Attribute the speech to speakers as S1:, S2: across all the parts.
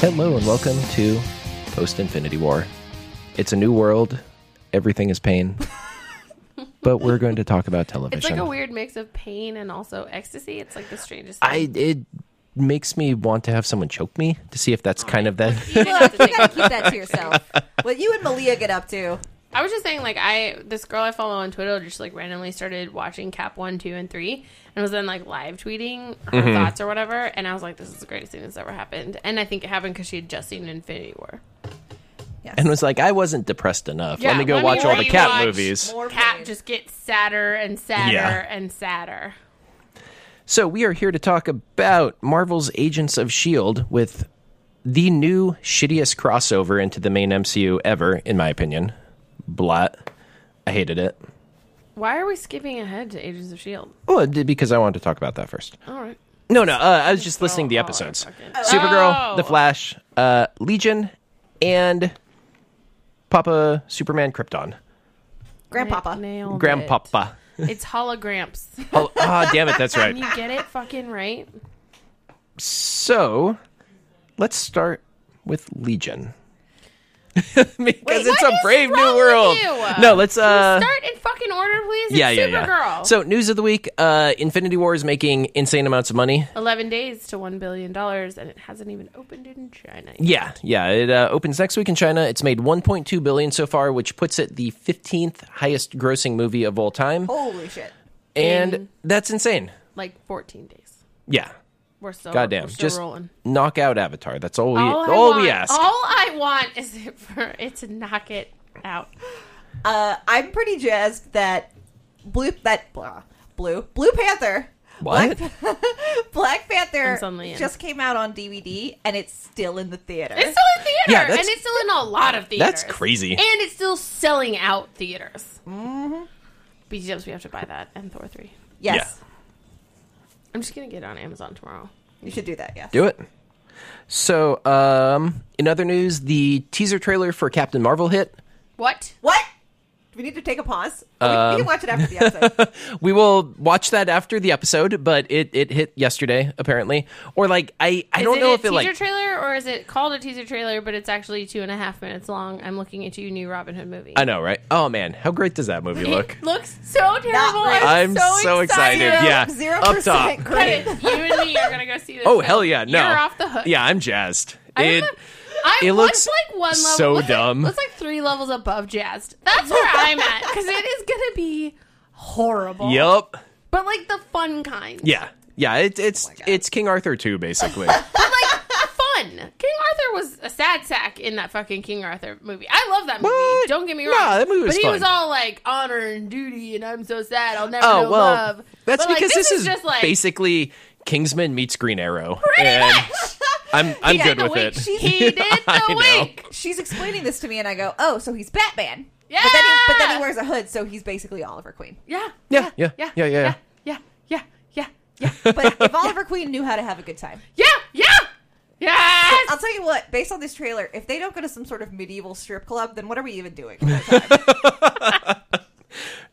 S1: Hello and welcome to Post Infinity War. It's a new world. Everything is pain. but we're going to talk about television.
S2: It's like a weird mix of pain and also ecstasy. It's like the strangest.
S1: I
S2: Thing.
S1: it makes me want to have someone choke me to see if
S2: Oh,
S1: that's kind of that.
S2: You just have
S3: Look,
S2: to take-
S3: you gotta keep that to yourself. What you and Malia get up to?
S2: I was just saying, like, I this girl I follow on Twitter just like randomly started watching Cap one, two, and three, and was then like live tweeting her
S1: Mm-hmm.
S2: thoughts or whatever. And I was like, this is the greatest thing that's ever happened. And I think it happened because she had just seen Infinity War.
S1: and was like, I wasn't depressed enough.
S2: Yeah,
S1: let me go
S2: let me
S1: watch all the cat
S2: rewatch
S1: movies.
S3: More
S2: Cap
S3: pain.
S2: just gets sadder and sadder
S1: Yeah.
S2: and sadder.
S1: So we are here to talk about Marvel's Agents of Shield E with the new shittiest crossover into the main MCU ever, in my opinion. Blat. I hated it.
S2: Why are we skipping ahead to Agents of Shield?
S1: Well, I did because I wanted to talk about that first.
S2: All right.
S1: No, no, uh, I was just listening to the
S2: all our
S1: episodes.
S2: fucking-
S1: Supergirl,
S2: Oh.
S1: The Flash, uh, Legion, and Papa Superman Krypton.
S3: Grandpapa.
S2: Nailed it.
S1: Grandpapa.
S2: It's hologramps.
S1: Oh, ah, damn it, that's right.
S2: you get it fucking right.
S1: So, let's start with Legion. because it's
S2: what
S1: a
S2: is
S1: brave
S2: wrong
S1: new
S2: with
S1: world.
S2: you?
S1: No, let's uh
S2: Start in fucking order, please. It's
S1: yeah, yeah,
S2: Supergirl.
S1: yeah. So, news of the week, uh Infinity War is making insane amounts of money.
S2: 11 days to $1 billion, and it hasn't even opened in China. yet.
S1: Yeah, yeah. It uh, opens next week in China. It's made 1.2 billion so far, which puts it the 15th highest grossing movie of all time,
S3: Holy shit!
S1: and
S2: in-
S1: that's insane.
S2: Like 14 days.
S1: Yeah,
S2: We're still,
S1: goddamn.
S2: we're still
S1: Just
S2: rolling.
S1: knock out Avatar. That's all we all,
S2: All, I
S1: we
S2: want-
S1: ask.
S2: All I want is it for it to knock it out.
S3: Uh, I'm pretty jazzed that blue that blah, blue Blue Panther
S1: what?
S3: Black Panther
S2: I'm suddenly in.
S3: just came out on DVD and it's still in the theater.
S2: It's still in theater,
S1: Yeah,
S2: and
S1: that's-
S2: it's still in a lot of theaters.
S1: That's crazy.
S2: And it's still selling out theaters. Mm-hmm. BGMs, we have to buy that, and Thor 3.
S3: yes,
S2: I'm just going to get it on Amazon tomorrow.
S3: you should do that. Yes.
S1: Do it. So, um, in other news, the teaser trailer for Captain Marvel hit.
S2: What?
S3: What? Do we need to take a pause? Oh, we-
S1: Um,
S3: we can watch it after the episode.
S1: We will watch that after the episode, but it, it hit yesterday apparently. Or like I, I
S2: Is
S1: don't
S2: it
S1: know
S2: a
S1: if it
S2: teaser
S1: like
S2: trailer or is it called a teaser trailer, but it's actually two and a half minutes long? I'm looking at you, new Robin Hood movie.
S1: I know, right? Oh man, how great does that movie look?
S2: It looks so terrible.
S3: great.
S1: I'm so excited. Yeah,
S3: Zero
S1: up top.
S3: percent
S2: Cut
S3: credit.
S2: it. You and me are gonna go see this.
S1: Oh
S2: film.
S1: hell yeah! No,
S2: you're off the hook.
S1: Yeah, I'm jazzed.
S2: I
S1: It,
S2: remember- I
S1: it
S2: was
S1: looks
S2: like one level.
S1: so
S2: what's
S1: dumb.
S2: Like, that's like three levels above jazzed. That's where I'm at because it is gonna be horrible.
S1: yep.
S2: But like the fun kind.
S1: Yeah, yeah. It's
S2: Oh
S1: it's it's King Arthur two basically.
S2: But like fun. King Arthur was a sad sack in that fucking King Arthur movie. I love that movie.
S1: What?
S2: Don't get me
S1: Nah,
S2: wrong.
S1: that movie was
S2: but he
S1: fun.
S2: was all like honor and duty, and I'm so sad. I'll never
S1: oh
S2: know
S1: well,
S2: love.
S1: that's
S2: But, like,
S1: because this, is,
S2: just like
S1: basically Kingsman meets Green Arrow. and I'm I'm
S2: did
S1: good
S2: the
S1: with it.
S2: wink. She- he did
S1: I
S2: the
S1: know.
S2: wink.
S3: She's explaining this to me, and I go, "Oh, so he's Batman." But then, he, but then
S2: Yeah.
S3: he wears a hood, so he's basically Oliver Queen.
S2: Yeah.
S1: Yeah, yeah,
S2: Yeah.
S1: yeah, yeah, yeah.
S2: Yeah. Yeah. Yeah. Yeah.
S3: But if Oliver Queen knew how to have a good time,
S2: Yeah. Yeah. Yes.
S3: I'll tell you what. Based on this trailer, if they don't go to some sort of medieval strip club, then what are we even doing?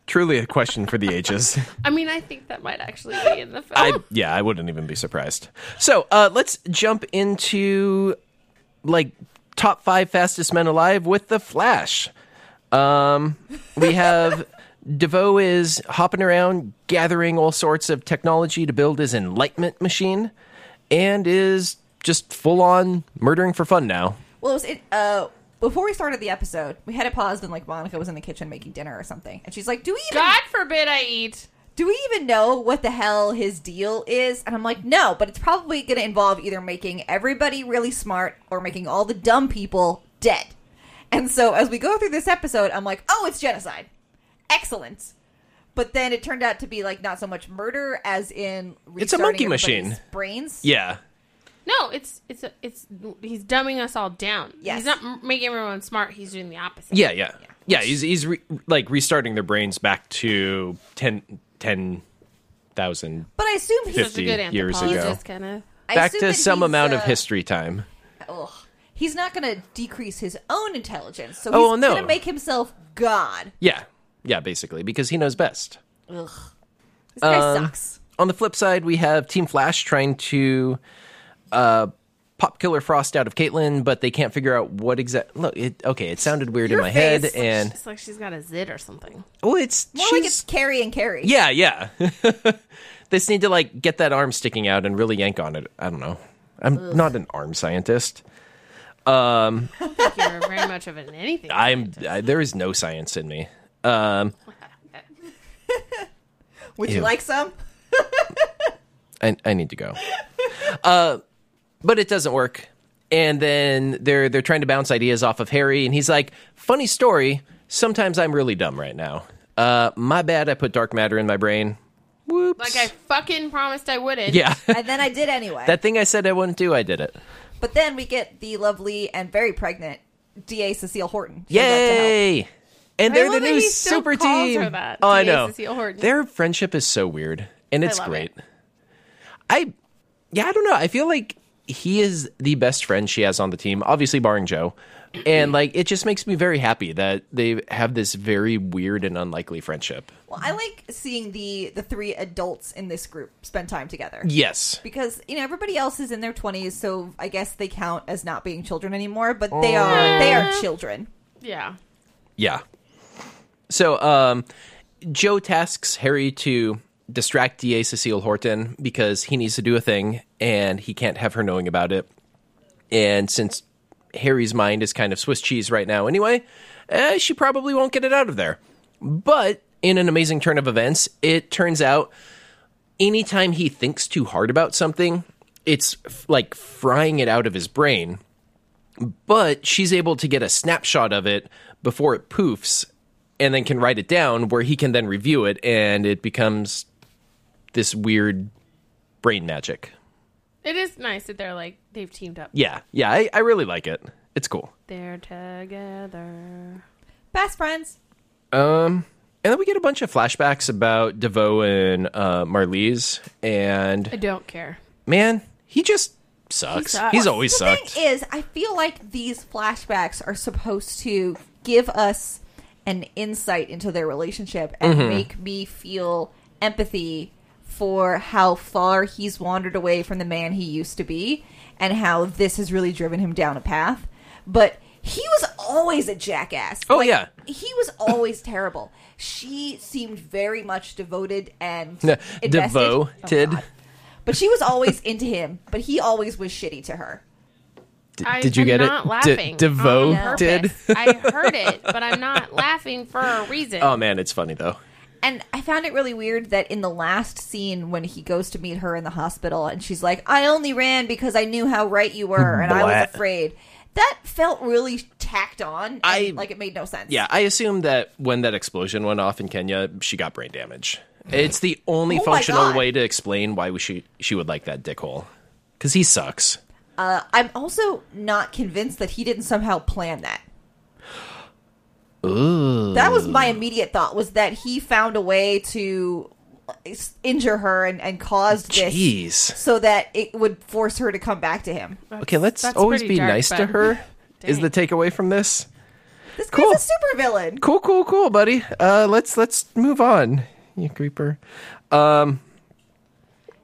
S1: Truly a question for the ages.
S2: I mean, I think that might actually be in the film.
S1: I yeah, I wouldn't even be surprised. So uh, let's jump into like top five fastest men alive with the Flash. Um, we have Devoe is hopping around, gathering all sorts of technology to build his enlightenment machine, and is just full on murdering for fun now.
S3: Well, it was it, uh, before we started the episode, we had it paused, and like Monica was in the kitchen making dinner or something, and she's like, "Do we even
S2: God forbid I eat.
S3: do we even know what the hell his deal is?" And I'm like, "No, but it's probably going to involve either making everybody really smart or making all the dumb people dead." And so as we go through this episode, I'm like, "Oh, it's genocide, excellent." But then it turned out to be like not so much murder as in
S1: It's a
S3: restarting
S1: monkey machine.
S3: everybody's brains.
S1: Yeah,
S2: No, it's it's a, it's he's dumbing us all down.
S3: Yes.
S2: He's not m- making everyone smart. He's doing the opposite.
S1: yeah, yeah, yeah. He's he's re- like restarting their brains back to ten ten thousand
S3: But I assume he's
S2: Such a good
S1: 50 years
S2: anthropologist,
S1: ago.
S2: kind of.
S3: I
S1: back
S3: assume
S1: to
S3: that
S1: some
S3: he's,
S1: amount of
S3: uh,
S1: history time.
S3: Ugh. He's not going to decrease his own intelligence, so he's
S1: Oh, no.
S3: going to make himself God.
S1: Yeah. Yeah, basically, because he knows best.
S3: Ugh. This guy
S1: Um,
S3: sucks.
S1: on the flip side, we have Team Flash trying to uh, pop Killer Frost out of Caitlyn, but they can't figure out what exact. Look, it, okay, it sounded weird
S3: Your
S1: in my head,
S3: face.
S1: and
S2: It's like she's got a zit or something.
S1: oh, it's
S3: More
S1: she's,
S3: like it's Carrie and Carrie.
S1: yeah, yeah. they just need to like get that arm sticking out and really yank on it. I don't know. I'm not an arm scientist.
S2: I don't think you're very much of an anything.
S1: I'm I, there is no science in me. Um,
S3: Would
S1: Ew.
S3: you like some?
S1: I, I need to go. Uh, but it doesn't work. And then they're they're trying to bounce ideas off of Harry, and he's like, "Funny story. Sometimes I'm really dumb right now. Uh, my bad. I put dark matter in my brain. Whoops.
S2: like I fucking promised I wouldn't.
S1: yeah.
S3: And then I did anyway.
S1: that thing I said I wouldn't do, I did it.
S3: but then we get the lovely and very pregnant DA Cecile Horton. shows up to help.
S1: Yay! And
S2: I
S1: they're
S2: love
S1: the
S2: that
S1: new
S2: he still
S1: super
S2: calls
S1: team.
S2: her that,
S1: oh, I
S2: Denise
S1: know.
S2: Cecile Horton.
S1: Their friendship is so weird, and it's
S2: love
S1: great.
S2: it.
S1: I, yeah, I don't know. I feel like he is the best friend she has on the team, obviously barring Joe. And like, it just makes me very happy that they have this very weird and unlikely friendship.
S3: Well, I like seeing the the three adults in this group spend time together.
S1: Yes,
S3: Because you know everybody else is in their twenties, so I guess they count as not being children anymore. But they
S1: Oh.
S3: are they are children.
S2: Yeah.
S1: Yeah. So um, Joe tasks Harry to distract DA Cecile Horton because he needs to do a thing and he can't have her knowing about it. And since Harry's mind is kind of Swiss cheese right now anyway, eh, she probably won't get it out of there. But in an amazing turn of events, it turns out anytime he thinks too hard about something, it's f- like frying it out of his brain but she's able to get a snapshot of it before it poofs and then can write it down where he can then review it and it becomes this weird brain magic.
S2: It is nice that they're like they've teamed up.
S1: Yeah, yeah, I, I really like it. It's cool.
S2: They're together.
S3: Best friends.
S1: And then we get a bunch of flashbacks about DeVoe and uh, Marlies,
S2: I
S1: and
S2: don't care.
S1: man, he just sucks.
S2: sucks.
S1: He's always
S3: the
S1: sucked.
S3: thing is, I feel like these flashbacks are supposed to give us an insight into their relationship and
S1: Mm-hmm.
S3: make me feel empathy for how far he's wandered away from the man he used to be and how this has really driven him down a path. But he was always a jackass.
S1: Oh, yeah.
S3: He was always terrible. She seemed very much devoted and invested.
S1: Devoted.
S3: Oh, God. but she was always into him, but he always was shitty to her.
S1: D-
S2: I,
S1: did you
S2: am
S1: get
S2: not
S1: it?
S2: Laughing
S1: D-
S2: on
S1: devoted.
S2: purpose. I heard it, but I'm not laughing for a reason.
S1: Oh man, it's funny though.
S3: And I found it really weird that in the last scene when he goes to meet her in the hospital and she's like, I only ran because I knew how right you were and I
S1: Blah.
S3: was afraid. That felt really tacked on. and,
S1: I-
S3: like it made no sense.
S1: Yeah, I assume that when that explosion went off in Kenya, she got brain damage. It's the only
S3: Oh my
S1: functional
S3: God.
S1: way to explain why she she would like that dickhole because he sucks.
S3: Uh, I'm also not convinced that he didn't somehow plan that. Ooh. That was my immediate thought was that he found a way to uh, injure her and, and caused this
S1: Jeez.
S3: so that it would force her to come back to him.
S1: Okay, let's
S2: that's
S1: always
S2: pretty
S1: be
S2: dark,
S1: nice to
S2: but-
S1: her. Is the
S2: Dang.
S1: takeaway from this?
S3: This
S1: Cool.
S3: guy's a supervillain.
S1: Cool, cool, cool, buddy. Uh, let's let's move on. You creeper.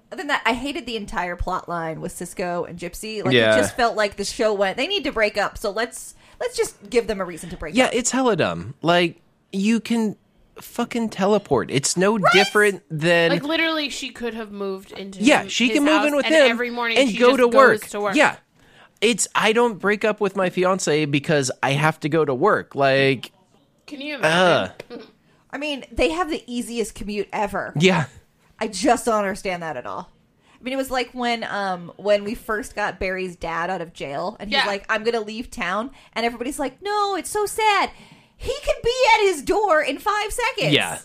S3: Other than that, I hated the entire plot line with Cisco and Gypsy. Like
S1: Yeah.
S3: it just felt like the show went. They need to break up, so let's let's just give them a reason to break
S1: Yeah,
S3: up.
S1: it's hella dumb. Like you can fucking teleport. It's no different than
S2: Like literally, she could have moved into
S1: Yeah,
S2: his
S1: she can move
S2: house,
S1: in with
S2: and
S1: him
S2: every morning
S1: and
S2: she
S1: go
S2: just
S1: to
S2: goes
S1: work.
S2: to work.
S1: Yeah, it's I don't break up with my fiance because I have to go to work. Like,
S2: Can you
S1: uh,
S2: imagine?
S3: I mean, they have the easiest commute ever.
S1: yeah,
S3: I just don't understand that at all. I mean, it was like when um when we first got Barry's dad out of jail, and he's
S2: Yeah.
S3: like, "I'm gonna leave town," and everybody's like, "No, it's so sad." He could be at his door in five seconds.
S1: yeah.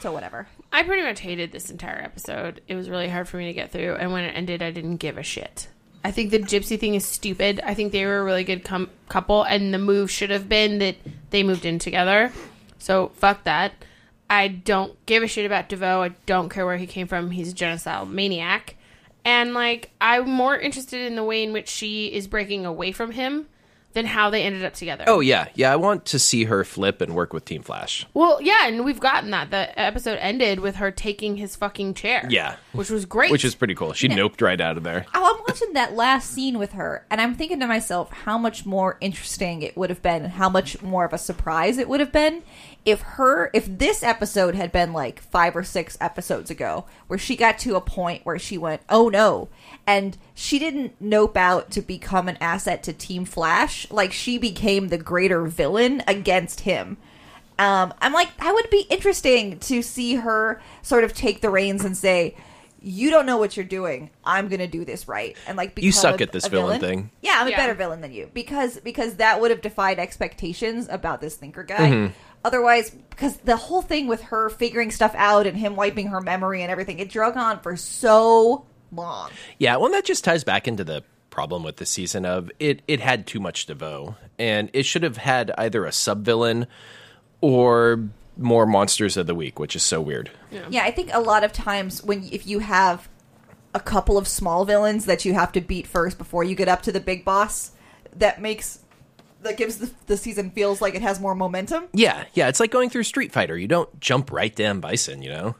S3: So whatever.
S2: I pretty much hated this entire episode. It was really hard for me to get through, and when it ended, I didn't give a shit. I think the gypsy thing is stupid. I think they were a really good com- couple, and the move should have been that they moved in together. So fuck that. I don't give a shit about DeVoe. I don't care where he came from. He's a genocidal maniac. And like, I'm more interested in the way in which she is breaking away from him than how they ended up together.
S1: Oh yeah, yeah. I want to see her flip and work with Team Flash.
S2: Well, yeah, and we've gotten that. The episode ended with her taking his fucking chair.
S1: Yeah.
S2: Which was great.
S1: Which is pretty cool. She noped right out of there.
S3: Oh, I'm watching that last scene with her, and I'm thinking to myself how much more interesting it would have been, and how much more of a surprise it would have been if her, if this episode had been like five or six episodes ago, where she got to a point where she went, "Oh no," and she didn't nope out to become an asset to Team Flash. Like she became the greater villain against him. Um, I'm like, that would be interesting to see her sort of take the reins and say, "You don't know what you're doing. I'm gonna do this right." And like, become
S1: You suck
S3: a-
S1: at this
S3: a
S1: villain thing.
S3: Yeah, I'm a
S2: Yeah.
S3: better villain than you because because that would have defied expectations about this thinker guy.
S1: Mm-hmm.
S3: Otherwise, because the whole thing with her figuring stuff out and him wiping her memory and everything, it drug on for so long.
S1: Yeah, well, that just ties back into the problem with this season of it. It had too much Devo, and it should have had either a sub villain or more monsters of the week, which is so weird.
S3: Yeah, I think a lot of times when if you have a couple of small villains that you have to beat first before you get up to the big boss, that makes that gives the, the season feels like it has more momentum.
S1: Yeah, yeah. It's like going through Street Fighter. You don't jump right to M Bison, you know.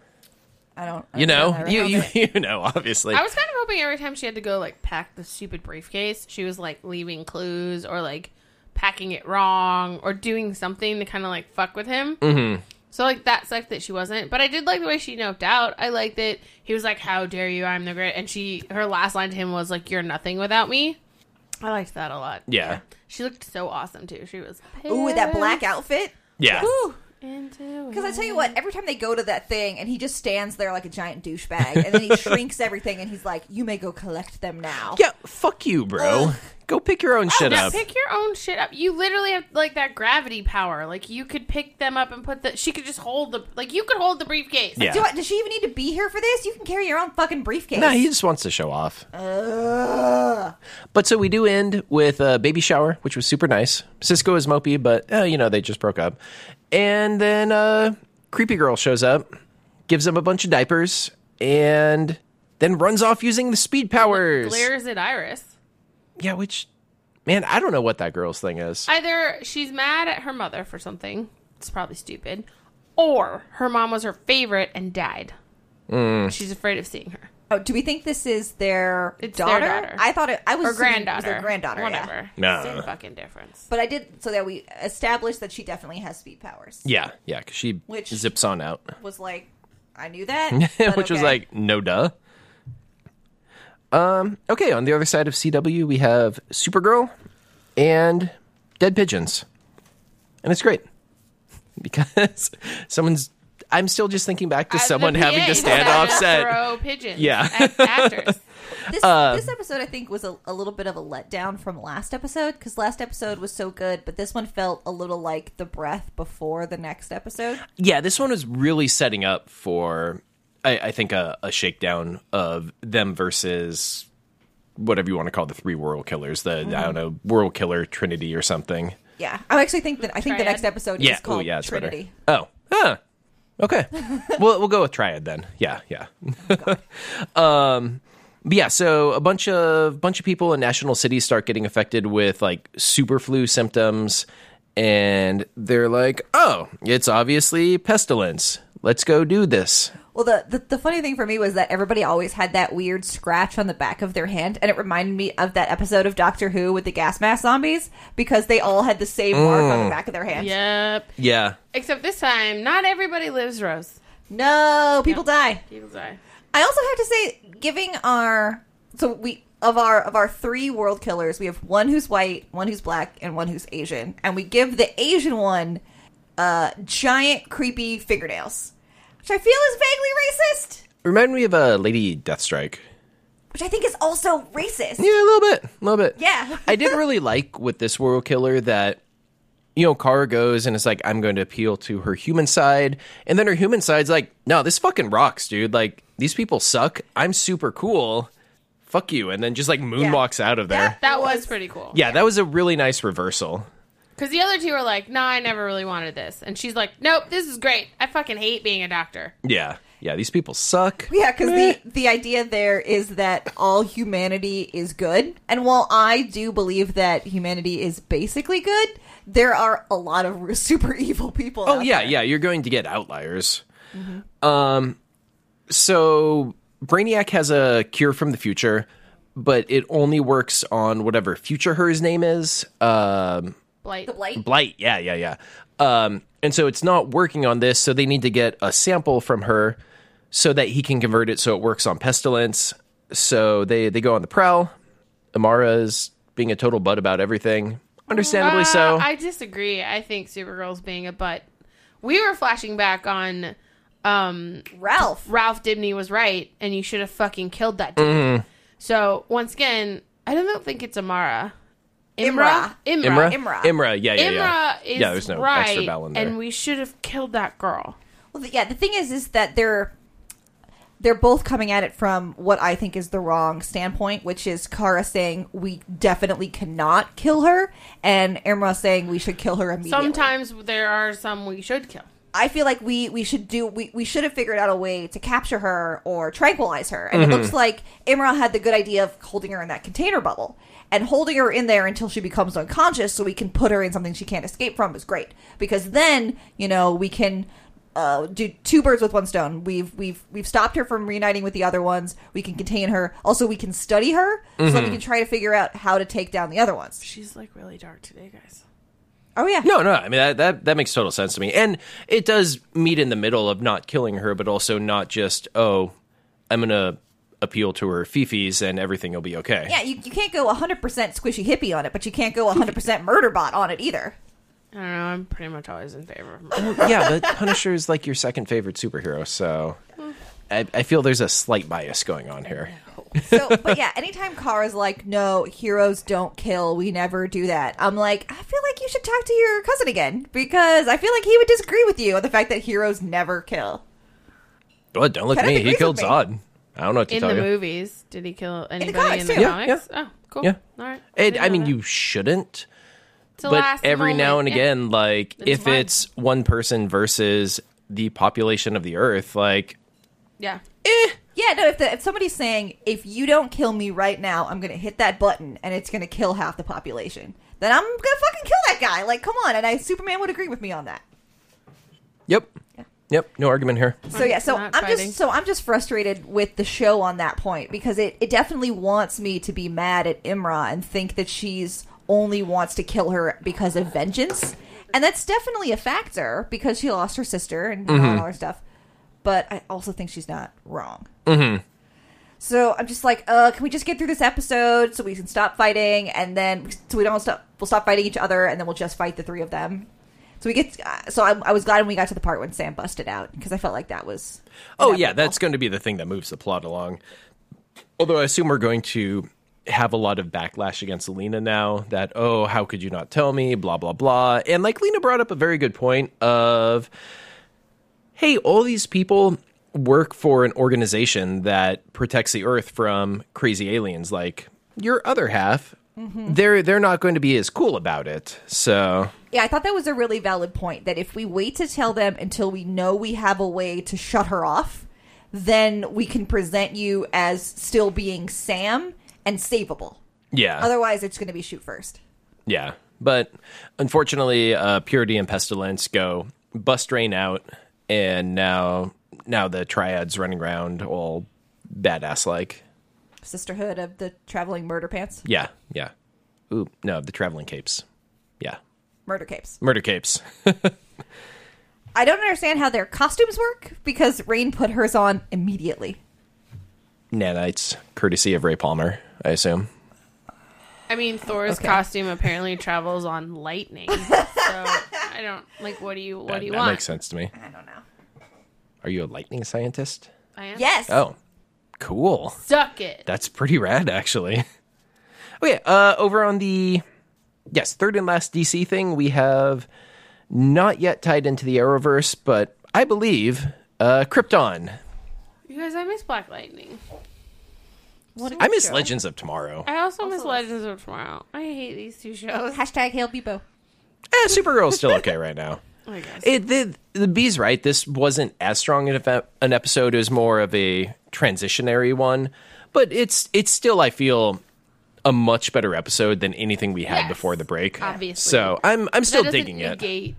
S3: I don't, I
S1: You
S3: don't
S1: know,
S3: ever
S1: you
S3: have
S1: you,
S3: it.
S1: you know, obviously.
S2: I was kind of hoping every time she had to go like pack the stupid briefcase, she was like leaving clues or like packing it wrong or doing something to kind of like fuck with him. Mm-hmm. So like that sucked that she wasn't. But I did like the way she noped out. I liked that he was like, "How dare you? I'm the great." And she her last line to him was like, "You're nothing without me." I liked that a lot.
S1: Yeah.
S2: She looked so awesome too. She was
S3: Ooh, with that black
S2: pissed
S3: outfit.
S1: yeah,
S2: into
S3: Because I tell you what, every time they go to that thing, and he just stands there like a giant douchebag, and then he shrinks everything, and he's like, "You may go collect them now."
S1: yeah. Fuck you, bro. Go pick your own shit
S2: No,
S1: up.
S2: pick your own shit up. You literally have like that gravity power. Like you could pick them up and put the. She could just hold the. Like you could hold the briefcase.
S1: Yeah.
S3: Do I, does she even need to be here for this? You can carry your own fucking briefcase.
S1: Nah, he just wants to show off.
S3: Ugh.
S1: But so we do end with a baby shower, which was super nice. Cisco is mopey, but uh, you know they just broke up. And then uh, creepy girl shows up, gives him a bunch of diapers, and then runs off using the speed powers.
S2: Glares at Iris.
S1: Yeah, which man, I don't know what that girl's thing is.
S2: Either she's mad at her mother for something. It's probably stupid. Or her mom was her favorite and died.
S1: Mm.
S2: She's afraid of seeing her.
S3: Oh, do we think this is their
S2: It's their
S3: daughter?
S2: daughter.
S3: I thought it. I was
S2: Or
S3: assuming it was
S2: granddaughter.
S3: Their granddaughter. yeah.
S2: Whatever.
S1: No.
S2: Same fucking difference.
S3: But I did so that we established that she definitely has speed powers.
S1: Yeah, yeah, because she
S3: Which-
S1: zips on out,
S3: Was like, I knew that.
S1: which
S3: but
S1: was
S3: okay.
S1: like no duh. Um. Okay, on the other side of CW, we have Supergirl and Dead Pigeons, and it's great because someone's. I'm still just thinking back to
S2: Uh, the
S1: someone having
S2: PA
S1: to stand
S2: decided to
S1: offset.
S2: Throw pigeons.
S1: Yeah.
S2: At actors.
S3: this,
S1: uh,
S3: this episode, I think, was a, a little bit of a letdown from last episode because last episode was so good, but this one felt a little like the breath before the next episode.
S1: Yeah, this one was really setting up for, I, I think, a, a shakedown of them versus whatever you want to call the three world killers, the
S2: Mm-hmm.
S1: I don't know world killer trinity or something.
S3: Yeah, I actually think that I think the
S2: Triad.
S3: next episode
S1: Yeah.
S3: is called
S1: oh, yeah, it's
S3: Trinity.
S1: better. Oh, huh. Okay. well, we'll go with Triad then. Yeah, yeah. um, but yeah. So a bunch of bunch of people in national cities start getting affected with like super flu symptoms, and they're like, "Oh, it's obviously pestilence. Let's go do this."
S3: Well, the, the the funny thing for me was that everybody always had that weird scratch on the back of their hand, and it reminded me of that episode of Doctor Who with the gas mask zombies because they all had the same mark on the back of their hand.
S2: Yep.
S1: Yeah.
S2: Except this time, not everybody lives Rose.
S3: No, people die.
S2: People's eye.
S3: I also have to say, giving our so we of our of our three world killers, we have one who's white, one who's black, and one who's Asian, and we give the Asian one uh, giant creepy fingernails, which I feel is vaguely racist,
S1: Remind me of a uh, Lady Deathstrike.
S3: which I think is also racist.
S1: Yeah, a little bit, a little bit.
S3: Yeah.
S1: I did really like with this world killer that you know Kara goes and it's like I'm going to appeal to her human side, and then her human side's like, no, this fucking rocks, dude. Like these people suck. I'm super cool. Fuck you, and then just like moonwalks out of there. Yeah.
S2: That was pretty cool.
S1: that was a really nice reversal.
S2: Because the other two were like, no, I never really wanted this. And she's like, nope, this is great. I fucking hate being a doctor.
S1: Yeah. yeah, these people suck.
S3: Yeah, because
S1: Meh.
S3: the the idea there is that all humanity is good, and while I do believe that humanity is basically good, there are a lot of r- super evil people.
S1: Oh yeah, yeah, you're going to get outliers. Um, so Brainiac has a cure from the future, but it only works on whatever future her's name is. Um,
S2: Blight.
S3: the blight.
S1: Blight. Yeah, yeah, yeah. Um, and so it's not working on this, so they need to get a sample from her so that he can convert it so it works on pestilence. So they they go on the prowl. Amara's being a total butt about everything, understandably
S2: Uh,
S1: so.
S2: I disagree. I think Supergirl's being a butt. We were flashing back on um,
S3: Ralph.
S2: Ralph Dibney was right, and you should have fucking killed that dude.
S1: Mm-hmm.
S2: So once again, I don't think it's Amara. Imra. Imra.
S1: Imra?
S3: Imra.
S1: yeah, yeah, yeah.
S2: Imra is
S1: yeah, there's no
S2: right,
S1: extra vowel in there.
S2: and we should have killed that girl.
S3: Well, th- yeah, the thing is, is that they're they're both coming at it from what I think is the wrong standpoint, which is Kara saying we definitely cannot kill her, and Imra saying we should kill her immediately.
S2: Sometimes there are some we should kill.
S3: I feel like we we should do we, we should have figured out a way to capture her or tranquilize her. And it looks like Imra had the good idea of holding her in that container bubble and holding her in there until she becomes unconscious, so we can put her in something she can't escape from is great because then you know we can. Uh, do two birds with one stone. We've we've we've stopped her from reuniting with the other ones. We can contain her. Also, we can study her so that we can try to figure out how to take down the other ones.
S2: She's like really dark today, guys.
S3: Oh yeah,
S1: No, no. I mean that, that that makes total sense to me, and it does meet in the middle of not killing her, but also not just oh, I'm gonna appeal to her fifis and everything will be okay.
S3: yeah. You, you can't go 100% squishy hippie on it, but you can't go 100% murder bot on it either.
S2: I don't know. I'm pretty much always in favor of Amara.
S1: yeah, but Punisher is like your second favorite superhero, so I, I feel there's a slight bias going on here.
S3: So, but yeah, anytime Kara's like, no, heroes don't kill. We never do that. I'm like, I feel like you should talk to your cousin again because I feel like he would disagree with you on the fact that heroes never kill.
S1: Well, don't look at
S3: Kenneth
S1: me. He
S3: agrees
S1: killed
S3: with me.
S1: Zod. I don't know what to
S2: in
S1: tell
S2: the
S1: you.
S2: movies, did he kill anybody in the
S3: comics,
S2: comics?
S3: too.
S1: Yeah,
S2: Oh, cool.
S1: Yeah.
S2: All right.
S1: It,
S2: Didn't
S1: I
S2: know
S1: mean,
S2: that.
S1: you shouldn't,
S2: It's the
S1: but
S2: last
S1: every now and
S2: moment. Yeah.
S1: again, like if
S2: fine.
S1: it's one person versus the population of the Earth, like
S2: Yeah.
S3: Yeah, no, if, the, if somebody's saying, if you don't kill me right now, I'm going to hit that button and it's going to kill half the population, then I'm going to fucking kill that guy. Like, come on. And I, Superman would agree with me on that.
S1: Yep. Yep. No argument here.
S3: So yeah, so I'm
S2: Not fighting.
S3: just so I'm just frustrated with the show on that point because it, it definitely wants me to be mad at Imra and think that she's only wants to kill her because of vengeance. And that's definitely a factor because she lost her sister and all her stuff. But I also think she's not wrong. So I'm just like, uh, can we just get through this episode so we can stop fighting and then so we don't stop we'll stop fighting each other and then we'll just fight the three of them. So we get uh, so I, I was glad when we got to the part when Sam busted out because I felt like that was
S1: Oh yeah, that's going to be the thing that moves the plot along. Although I assume we're going to have a lot of backlash against Lena now that oh how could you not tell me blah blah blah and like Lena brought up a very good point of hey all these people work for an organization that protects the earth from crazy aliens like your other half
S3: Mm-hmm.
S1: they're they're not going to be as cool about it so
S3: yeah I thought that was a really valid point that if we wait to tell them until we know we have a way to shut her off, then we can present you as still being Sam and savable.
S1: yeah
S3: Otherwise, it's going to be shoot first.
S1: Yeah, but unfortunately, uh, Purity and Pestilence go bust rain out, and now now the triads running around all badass like.
S3: Sisterhood of the traveling murder pants,
S1: Yeah, yeah. Ooh, no, the traveling capes. Yeah,
S3: murder capes.
S1: murder capes.
S3: I don't understand how their costumes work because Rain put hers on immediately.
S1: Nanites, courtesy of Ray Palmer, I assume.
S2: I mean, Thor's
S3: Okay.
S2: costume apparently travels on lightning. So I don't like. What do you? What
S1: that,
S2: do you
S1: that
S2: want?
S1: makes sense to me.
S3: I don't know.
S1: Are you a lightning scientist?
S2: I am.
S3: Yes.
S1: Oh, cool.
S2: Suck it.
S1: That's pretty rad, actually. Okay, uh, over on the yes third and last DC thing, we have not yet tied into the Arrowverse, but I believe uh, Krypton.
S2: you guys, I miss Black Lightning.
S3: What a
S1: I miss
S3: show.
S1: Legends of Tomorrow.
S2: I also, miss
S3: miss-
S2: Legends of Tomorrow. I hate these two shows.
S3: Hashtag Hail Bebo.
S1: Eh, Supergirl's still okay right now.
S2: I guess.
S1: It the the bee's right. This wasn't as strong an, eve- an episode. It was more of a transitionary one, but it's it's still I feel a much better episode than anything we had
S2: Yes,
S1: before the break.
S2: obviously.
S1: so I'm I'm still
S2: that doesn't
S1: digging it.
S2: negate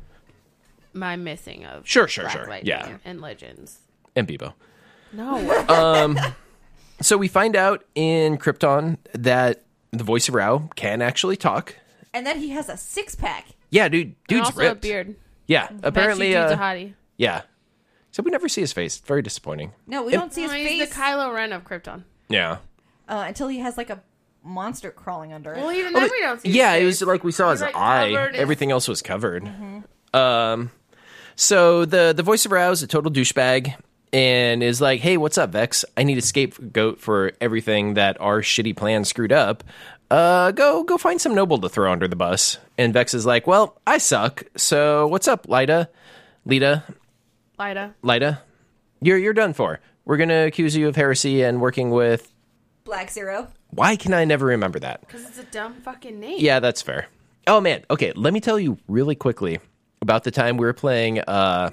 S2: My missing of
S1: Sure, sure,
S2: Black
S1: sure.
S2: Lightning
S1: Yeah.
S2: and Legends.
S1: And Bebo.
S2: No,
S1: So we find out in Krypton that the voice of Rao can actually talk.
S3: And then he has a six pack.
S1: Yeah, dude,
S2: and
S1: dude's
S2: also
S1: ripped.
S2: a beard.
S1: Yeah, apparently,
S2: Backstreet Dude's
S1: uh,
S2: a hottie.
S1: yeah. So we never see his face. Very disappointing.
S3: No, we
S1: It-
S3: don't see his
S2: No, he's
S3: face
S2: the Kylo Ren of Krypton.
S1: Yeah.
S3: uh, until he has like a monster crawling under it.
S2: Well, even
S1: Oh,
S2: then
S1: but-
S2: we don't see.
S1: yeah,
S2: his
S1: it was
S2: face.
S1: like we saw
S2: He's,
S1: his
S2: like,
S1: eye.
S2: covered in- Mm-hmm.
S1: Everything else was covered. Um, so the the voice of Rao is a total douchebag and is like, "Hey, what's up, Vex? I need a scapegoat for everything that our shitty plan screwed up. Uh, go go find some noble to throw under the bus." And Vex is like, "Well, I suck. So what's up, Lida? Lita,
S2: Lyda.
S1: Lida, you're you're done for. We're gonna accuse you of heresy and working with.
S3: Black Zero.
S1: Why can I never remember that?
S2: Because it's a dumb fucking name.
S1: Yeah, that's fair. Oh man, okay. Let me tell you really quickly about the time we were playing. Uh,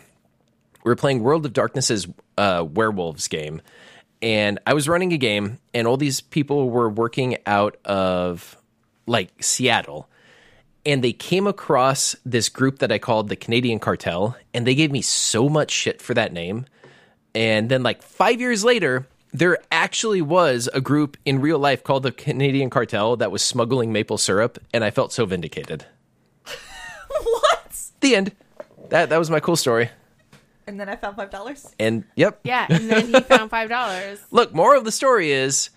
S1: we were playing World of Darkness's uh, werewolves game, and I was running a game, and all these people were working out of like Seattle, and they came across this group that I called the Canadian Cartel, and they gave me so much shit for that name. And then, like five years later, there actually was a group in real life called the Canadian Cartel that was smuggling maple syrup, and I felt so vindicated.
S3: what?
S1: The end. That that was my cool story.
S3: And then I found five dollars.
S1: And yep.
S2: Yeah, and then he found five dollars.
S1: Look, moral of the story is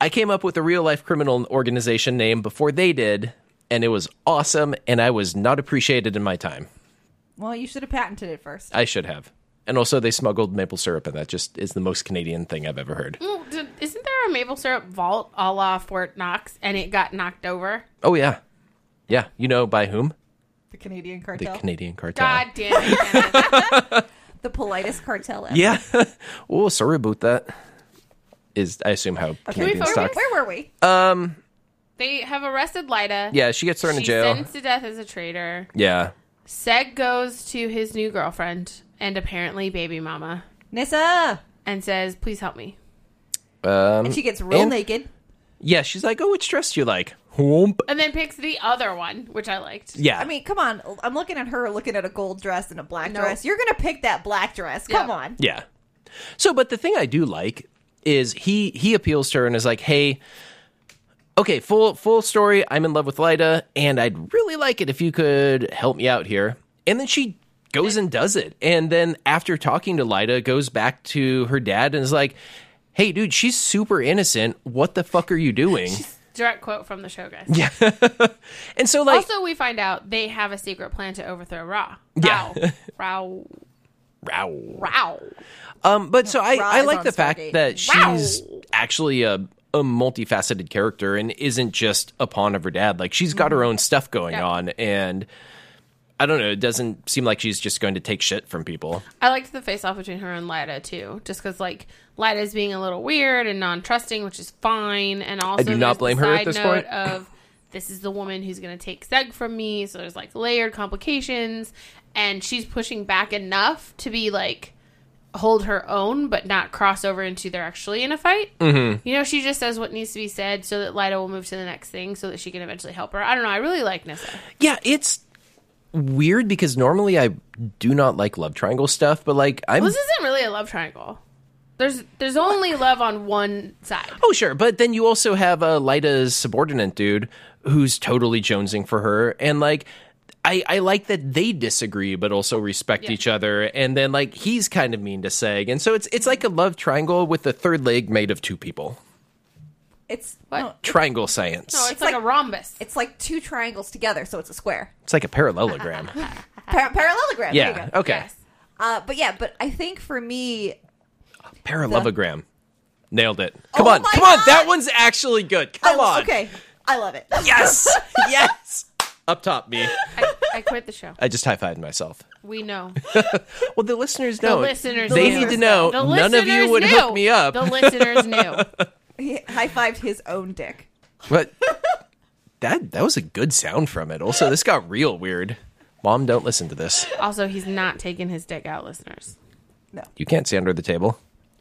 S1: I came up with a real life criminal organization name before they did, and it was awesome, and I was not appreciated in my time.
S3: Well, you should have patented it first.
S1: I should have. And also, they smuggled maple syrup, and that just is the most Canadian thing I've ever heard.
S2: Well, d- Isn't there a maple syrup vault a la Fort Knox and it got knocked over?
S1: Oh, yeah. Yeah. You know by whom?
S3: The Canadian
S1: The
S3: cartel. The,
S1: Canadian cartel.
S2: God damn it. Dennis.
S3: politest cartel ever.
S1: Yeah. oh, sorry about that. Is I assume how
S2: we
S1: Canadians
S2: focus?
S1: talk.
S3: Where were we?
S1: Uh,
S2: they have arrested Lyda.
S1: Yeah, she gets thrown in
S2: She's
S1: jail.
S2: sentenced to death as a traitor.
S1: yeah.
S2: Seg goes to his new girlfriend and apparently baby mama
S3: Nissa.
S2: and says, Please help me.
S1: Um,
S3: And she gets real
S1: and-
S3: naked.
S1: Yeah, she's like, oh, which dress do you like? Whoomp.
S2: And then picks the other one, which I liked.
S1: Yeah.
S3: I mean, come on. I'm looking at her looking at a gold dress and a black
S2: No.
S3: dress. You're going to pick that black dress. Come
S2: Yeah.
S3: on.
S1: Yeah. So, but the thing I do like is he he appeals to her and is like, "Hey, okay, full full story. I'm in love with Lyda, and I'd really like it if you could help me out here." And then she goes and does it. And then after talking to Lyda, goes back to her dad and is like, "Hey, dude, she's super innocent. What the fuck are you doing?"
S2: Direct quote from the show, guys.
S1: and so, like,
S2: Also, we find out they have a secret plan to overthrow Ra.
S1: Yeah.
S2: Rao. Rao.
S1: Row.
S2: Rao.
S1: Um, but so I,
S3: Ra
S1: I
S3: is
S1: like
S3: on
S1: the fact
S3: Stargate.
S1: that
S2: Wow.
S1: she's actually a, a multifaceted character and isn't just a pawn of her dad. Like she's got her own stuff going
S2: Yeah.
S1: on, and I don't know. It doesn't seem like she's just going to take shit from people.
S2: I liked the face off between her and Lyda too, just because like Lyda's being a little weird and non-trusting, which is fine. And also,
S1: do
S2: there's
S1: not
S2: the
S1: blame her at
S2: side
S1: this
S2: note
S1: point.
S2: Of this is the woman who's going to take Zeg from me, so there's like layered complications, and she's pushing back enough to be like hold her own, but not cross over into they're actually in a fight. Mm-hmm. You know, she just says what needs to be said so that Lyda will move to the next thing, so that she can eventually help her. I don't know. I really like Nissa.
S1: Yeah, it's weird because normally I do not like love triangle stuff, but like I'm.
S2: This isn't really a love triangle. There's there's only love on one side.
S1: Oh sure, but then you also have uh, Lyda's subordinate dude who's totally jonesing for her, and like I, I like that they disagree but also respect each other, and then like he's kind of mean to Seg, and so it's it's like a love triangle with the third leg made of two people.
S3: It's
S2: What?
S3: no,
S1: Triangle science.
S2: No, it's,
S1: it's,
S2: like,
S3: like-
S2: a rhombus.
S3: it's like two triangles together, so it's a square.
S1: like a parallelogram.
S3: Par- parallelogram. There you
S1: yeah.
S3: go.
S1: Okay.
S2: Yes.
S3: Uh, but yeah, but I think for me,
S1: Parallelogram. Nailed it. Come on.
S3: Oh my
S1: Come on.
S3: God!
S1: That one's actually good.
S3: I
S1: Come
S3: lo-
S1: on.
S3: Okay, I love it.
S1: Yes. yes. Up top me.
S2: I, I quit the show.
S1: I just high fived myself.
S2: We know.
S1: Well, the listeners know.
S2: listeners
S1: they
S2: knew.
S1: need to know.
S2: The
S1: None of you
S2: listeners
S1: would
S2: knew.
S1: hook me up.
S2: The listeners knew.
S3: He high fived his own dick.
S1: But that that was a good sound from it. Also, this got real weird. Mom, don't listen to this.
S2: Also, he's not taking his dick out, listeners.
S1: You can't see under the table.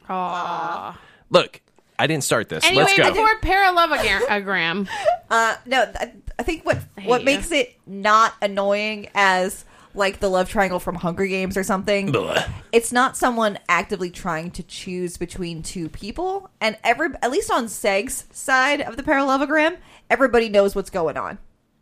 S2: Aww.
S1: Look, I didn't start this.
S2: Anyway,
S1: Let's go.
S2: before parallelogram,
S3: Uh, no, I, I think what
S2: hate
S3: what
S2: you.
S3: makes it not annoying as like the love triangle from Hunger Games or something.
S1: Blah.
S3: It's not someone actively trying to choose between two people, and every at least on Seg's side of the parallelogram, everybody knows what's going on.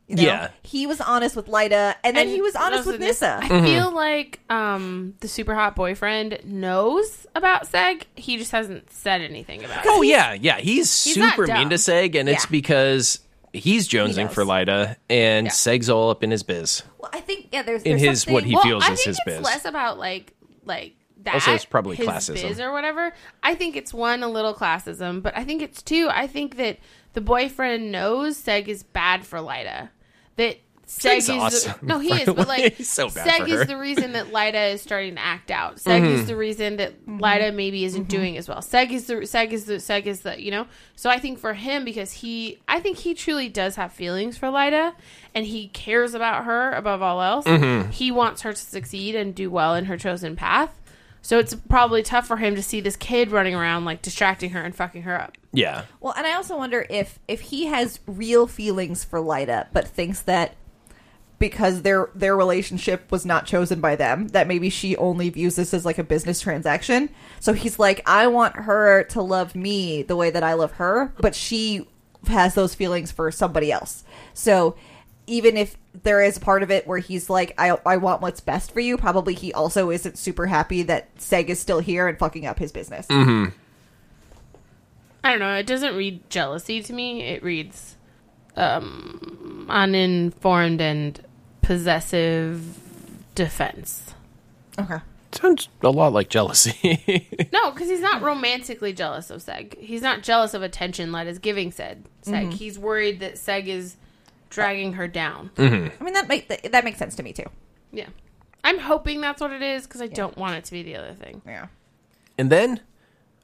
S3: You know?
S1: Yeah.
S3: he was honest with Lyda, and then
S2: And
S3: he was honest
S2: those
S3: with
S2: are this-
S3: Nissa.
S2: I
S1: Mm-hmm.
S2: feel like um, the super hot boyfriend knows about Seg. He just hasn't said anything about it.
S1: Oh yeah, yeah. He's,
S2: not
S1: super mean
S2: dumb.
S1: to Seg, and it's
S3: Yeah.
S1: because he's jonesing
S3: knows.
S1: for Lyda, and Seg's all up in his biz.
S3: Well, I think yeah, there's,
S1: In
S3: there's
S1: his-
S3: something-
S1: what he
S2: Well,
S1: feels
S2: I
S1: is
S2: think
S1: his
S2: it's
S1: biz.
S2: less about like like that.
S1: Also, it's probably
S2: his
S1: classism.
S2: biz or whatever. I think it's one a little classism, but I think it's two. I think that the boyfriend knows Seg is bad for Lyda. That Seg
S1: Seg's
S2: is
S1: awesome,
S2: no, he
S1: by
S2: is,
S1: the
S2: but
S1: way.
S2: like
S1: He's so bad for
S2: Seg
S1: her. Mm-hmm.
S2: is the reason that Lyda is starting to act out. Seg is the reason that Lyda maybe isn't doing as well. Seg is the Seg is the Seg is the you know. So I think for him because he I think he truly does have feelings for Lyda and he cares about her above all else.
S1: Mm-hmm.
S2: He wants her to succeed and do well in her chosen path. So it's probably tough for him to see this kid running around like distracting her and fucking her up.
S1: Yeah,
S3: Well, and I also wonder if if he has real feelings for Lyda, but thinks that because their their relationship was not chosen by them, that maybe she only views this as like a business transaction. So he's like, I want her to love me the way that I love her, but she has those feelings for somebody else. So even if there is a part of it where he's like, I, I want what's best for you, probably he also isn't super happy that Seg is still here and fucking up his business.
S2: I don't know. It doesn't read jealousy to me. It reads um, uninformed and possessive defense.
S1: Mm-hmm.
S3: Okay.
S1: sounds a lot like jealousy.
S2: No, because he's not romantically jealous of Seg. He's not jealous of attention Letta's giving Seg. Seg. He's worried that Seg is dragging her down.
S3: I mean that make that makes sense to me too.
S2: Yeah. I'm hoping that's what it is because I don't want it to be the other thing.
S3: Yeah.
S1: and then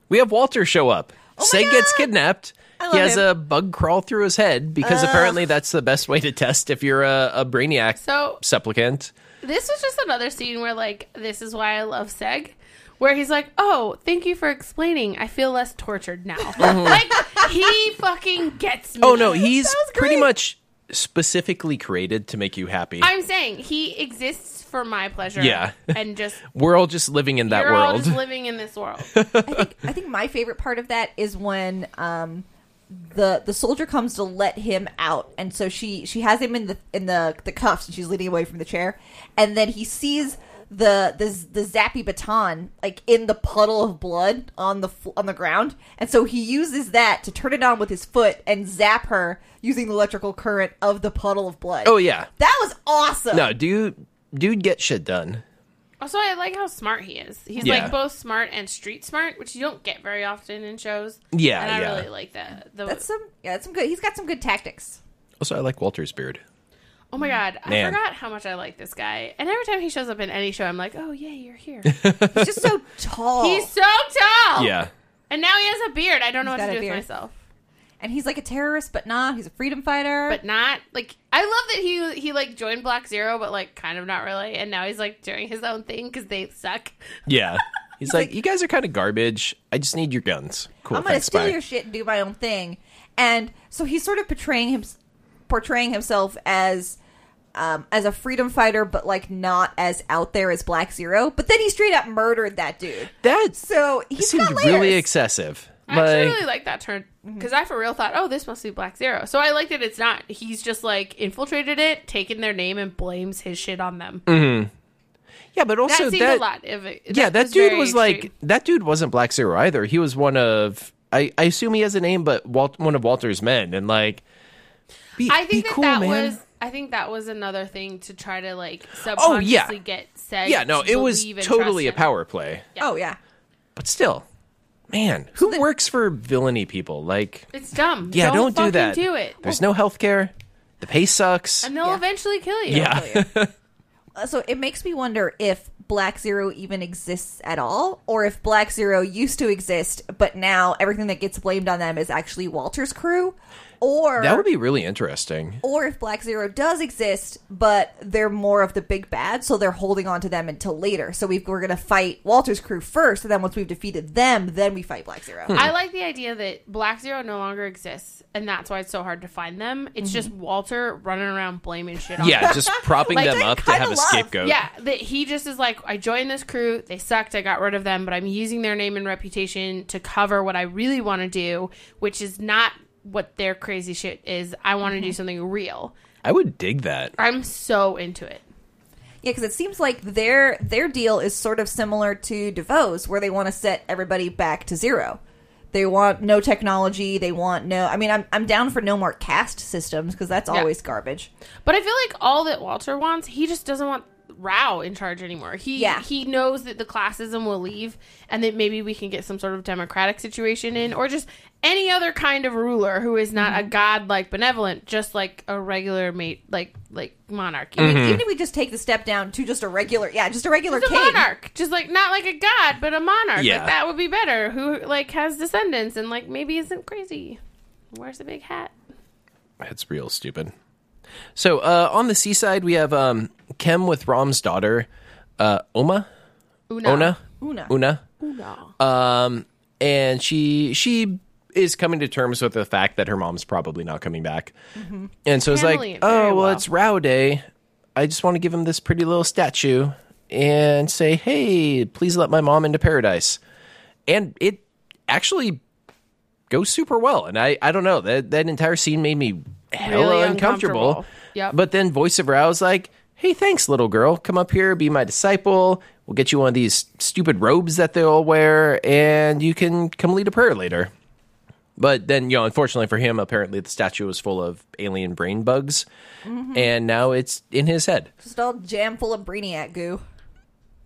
S1: we have Walter show up.
S3: Oh my
S1: Seg gets
S3: God.
S1: kidnapped.
S3: I
S1: He
S3: love
S1: has
S3: him.
S1: a bug crawl through his head because apparently that's the best way to test if you're a, a brainiac
S2: So
S1: supplicant.
S2: This was just another scene where, like, this is why I love Seg, where he's like, "Oh, thank you for explaining. I feel less tortured now." like he fucking gets me.
S1: Mm-hmm. Oh no, he's
S3: was
S1: pretty
S3: great.
S1: much specifically created to make you happy.
S2: I'm saying he exists for my pleasure.
S1: Yeah.
S2: and just
S1: We're all just living in that
S2: you're all
S1: world.
S2: just living in this world.
S3: I think I think my favorite part of that is when um the the soldier comes to let him out and so she she has him in the in the the cuffs and she's leading away from the chair and then he sees the the the zappy baton like in the puddle of blood on the fl- on the ground and so he uses that to turn it on with his foot and zap her using the electrical current of the puddle of blood.
S1: oh yeah.
S3: That was awesome.
S1: No, dude dude get shit done.
S2: also, I like how smart he is. He's
S1: Yeah.
S2: like both smart and street smart, which you don't get very often in shows.
S1: Yeah,
S2: and I
S1: yeah.
S2: really like that. The,
S3: That's some yeah, that's some good. He's got some good tactics.
S1: Also I like Walter's beard.
S2: oh my god, I
S1: Man.
S2: forgot how much I like this guy. And every time he shows up in any show, I'm like, "Oh yeah, you're here."
S3: He's just so tall.
S2: He's so
S3: Oh.
S2: tall.
S1: Yeah.
S2: And now he has a beard. I don't know
S3: He's
S2: what to do
S3: got a
S2: with
S3: beard.
S2: myself.
S3: and he's like a terrorist, but not. He's a freedom fighter.
S2: But not like I love that he he like joined Black Zero, but like kind of not really. And now he's like doing his own thing because they suck.
S1: Yeah. He's like, You guys are kinda garbage. I just need your guns. Cool.
S3: I'm gonna
S1: thanks,
S3: steal
S1: bye.
S3: your shit and do my own thing. And so he's sort of portraying him, portraying himself as. Um, as a freedom fighter, but like not as out there as Black Zero. But then he straight up murdered that dude.
S1: that
S3: So he's
S1: seemed
S3: got layers.
S1: really excessive.
S2: I actually
S1: Like
S2: really like that turn
S3: Mm-hmm.
S2: because I for real thought, oh, this must be Black Zero. So I like that it's not. He's just like infiltrated it, taken their name, and blames his shit on them.
S1: Yeah, but
S2: That
S1: also
S2: seemed
S1: Mm. that
S2: a lot. Of it.
S1: Yeah, that dude
S2: very
S1: was like
S2: extreme.
S1: that dude wasn't Black Zero either. He was one of I, I assume he has a name, but Walt, one of Walter's men, and like, be,
S2: I
S1: be
S2: think that
S1: cool,
S2: that
S1: man.
S2: was. I think that was another thing to try to like
S1: Oh,
S2: subconsciously
S1: yeah.
S2: get said.
S1: yeah, no,
S2: to
S1: it was
S2: believe and
S1: totally a
S2: trust him.
S1: power play,
S3: Oh yeah,
S1: but still, man, who works for villainy people? Like,
S2: It's dumb.
S1: yeah, don't, do
S2: fucking
S1: that.
S2: Do it.
S1: There's no health care. The pay sucks.
S2: and they'll
S3: Yeah.
S2: eventually kill you.
S1: yeah,
S3: Uh, so it makes me wonder if Black Zero even exists at all, or if Black Zero used to exist, but now everything that gets blamed on them is actually Walter's crew, or
S1: That would be really interesting.
S3: or if Black Zero does exist, but they're more of the big bad, so they're holding on to them until later. So we've, we're going to fight Walter's crew first, and then once we've defeated them, then we fight Black Zero.
S2: I like the idea that Black Zero no longer exists, and that's why it's so hard to find them. It's just Walter running around blaming shit on
S1: Yeah, just propping
S2: Like,
S1: them
S2: I
S1: up to
S3: kinda
S1: have a
S3: love-
S1: scapegoat.
S2: Yeah, that he just is like, I joined this crew. They sucked. I got rid of them, but I'm using their name and reputation to cover what I really want to do, which is not what their crazy shit is. I want to do something real.
S1: I would dig that.
S2: I'm so into it.
S3: Yeah, because it seems like their their deal is sort of similar to DeVoe's, where they want to set everybody back to zero. They want no technology. They want no. I mean, I'm I'm down for no more caste systems because that's
S2: Yeah.
S3: always garbage.
S2: But I feel like all that Walter wants, he just doesn't want Rao in charge anymore. He
S3: Yeah.
S2: he knows that the classism will leave and that maybe we can get some sort of democratic situation in or just any other kind of ruler who is not
S1: Mm-hmm.
S2: a god like benevolent, just like a regular mate like like monarchy.
S1: Mm-hmm.
S3: I mean, even if we just take the step down to just a regular, yeah, just a regular
S2: Mm-hmm. Just a
S3: king.
S2: monarch, just like not like a god, but a monarch.
S1: Yeah.
S2: Like that would be better. Who like has descendants and like maybe isn't crazy. Wears a big hat.
S1: That's real stupid. So uh, on the seaside, we have um, Kem with Rom's daughter, uh, Oma,
S2: Una.
S1: Ona,
S3: Una.
S1: Una,
S2: Una.
S1: um, and she she is coming to terms with the fact that her mom's probably not coming back, and so it's like,
S2: Handling it Mm-hmm. very
S1: oh well,
S2: well.
S1: it's Rao Day. I just want to give him this pretty little statue and say, hey, please let my mom into paradise, and it actually goes super well. And I I don't know that that entire scene made me hella
S2: Really
S1: uncomfortable.
S2: uncomfortable. Yep.
S1: But then voice of Rao's like, "Hey, thanks, little girl. Come up here, be my disciple. We'll get you one of these stupid robes that they all wear, and you can come lead a prayer later." But then, you know, unfortunately for him, apparently the statue was full of alien brain bugs,
S2: Mm-hmm.
S1: and now it's in his head.
S3: Just all jam full of Brainiac goo.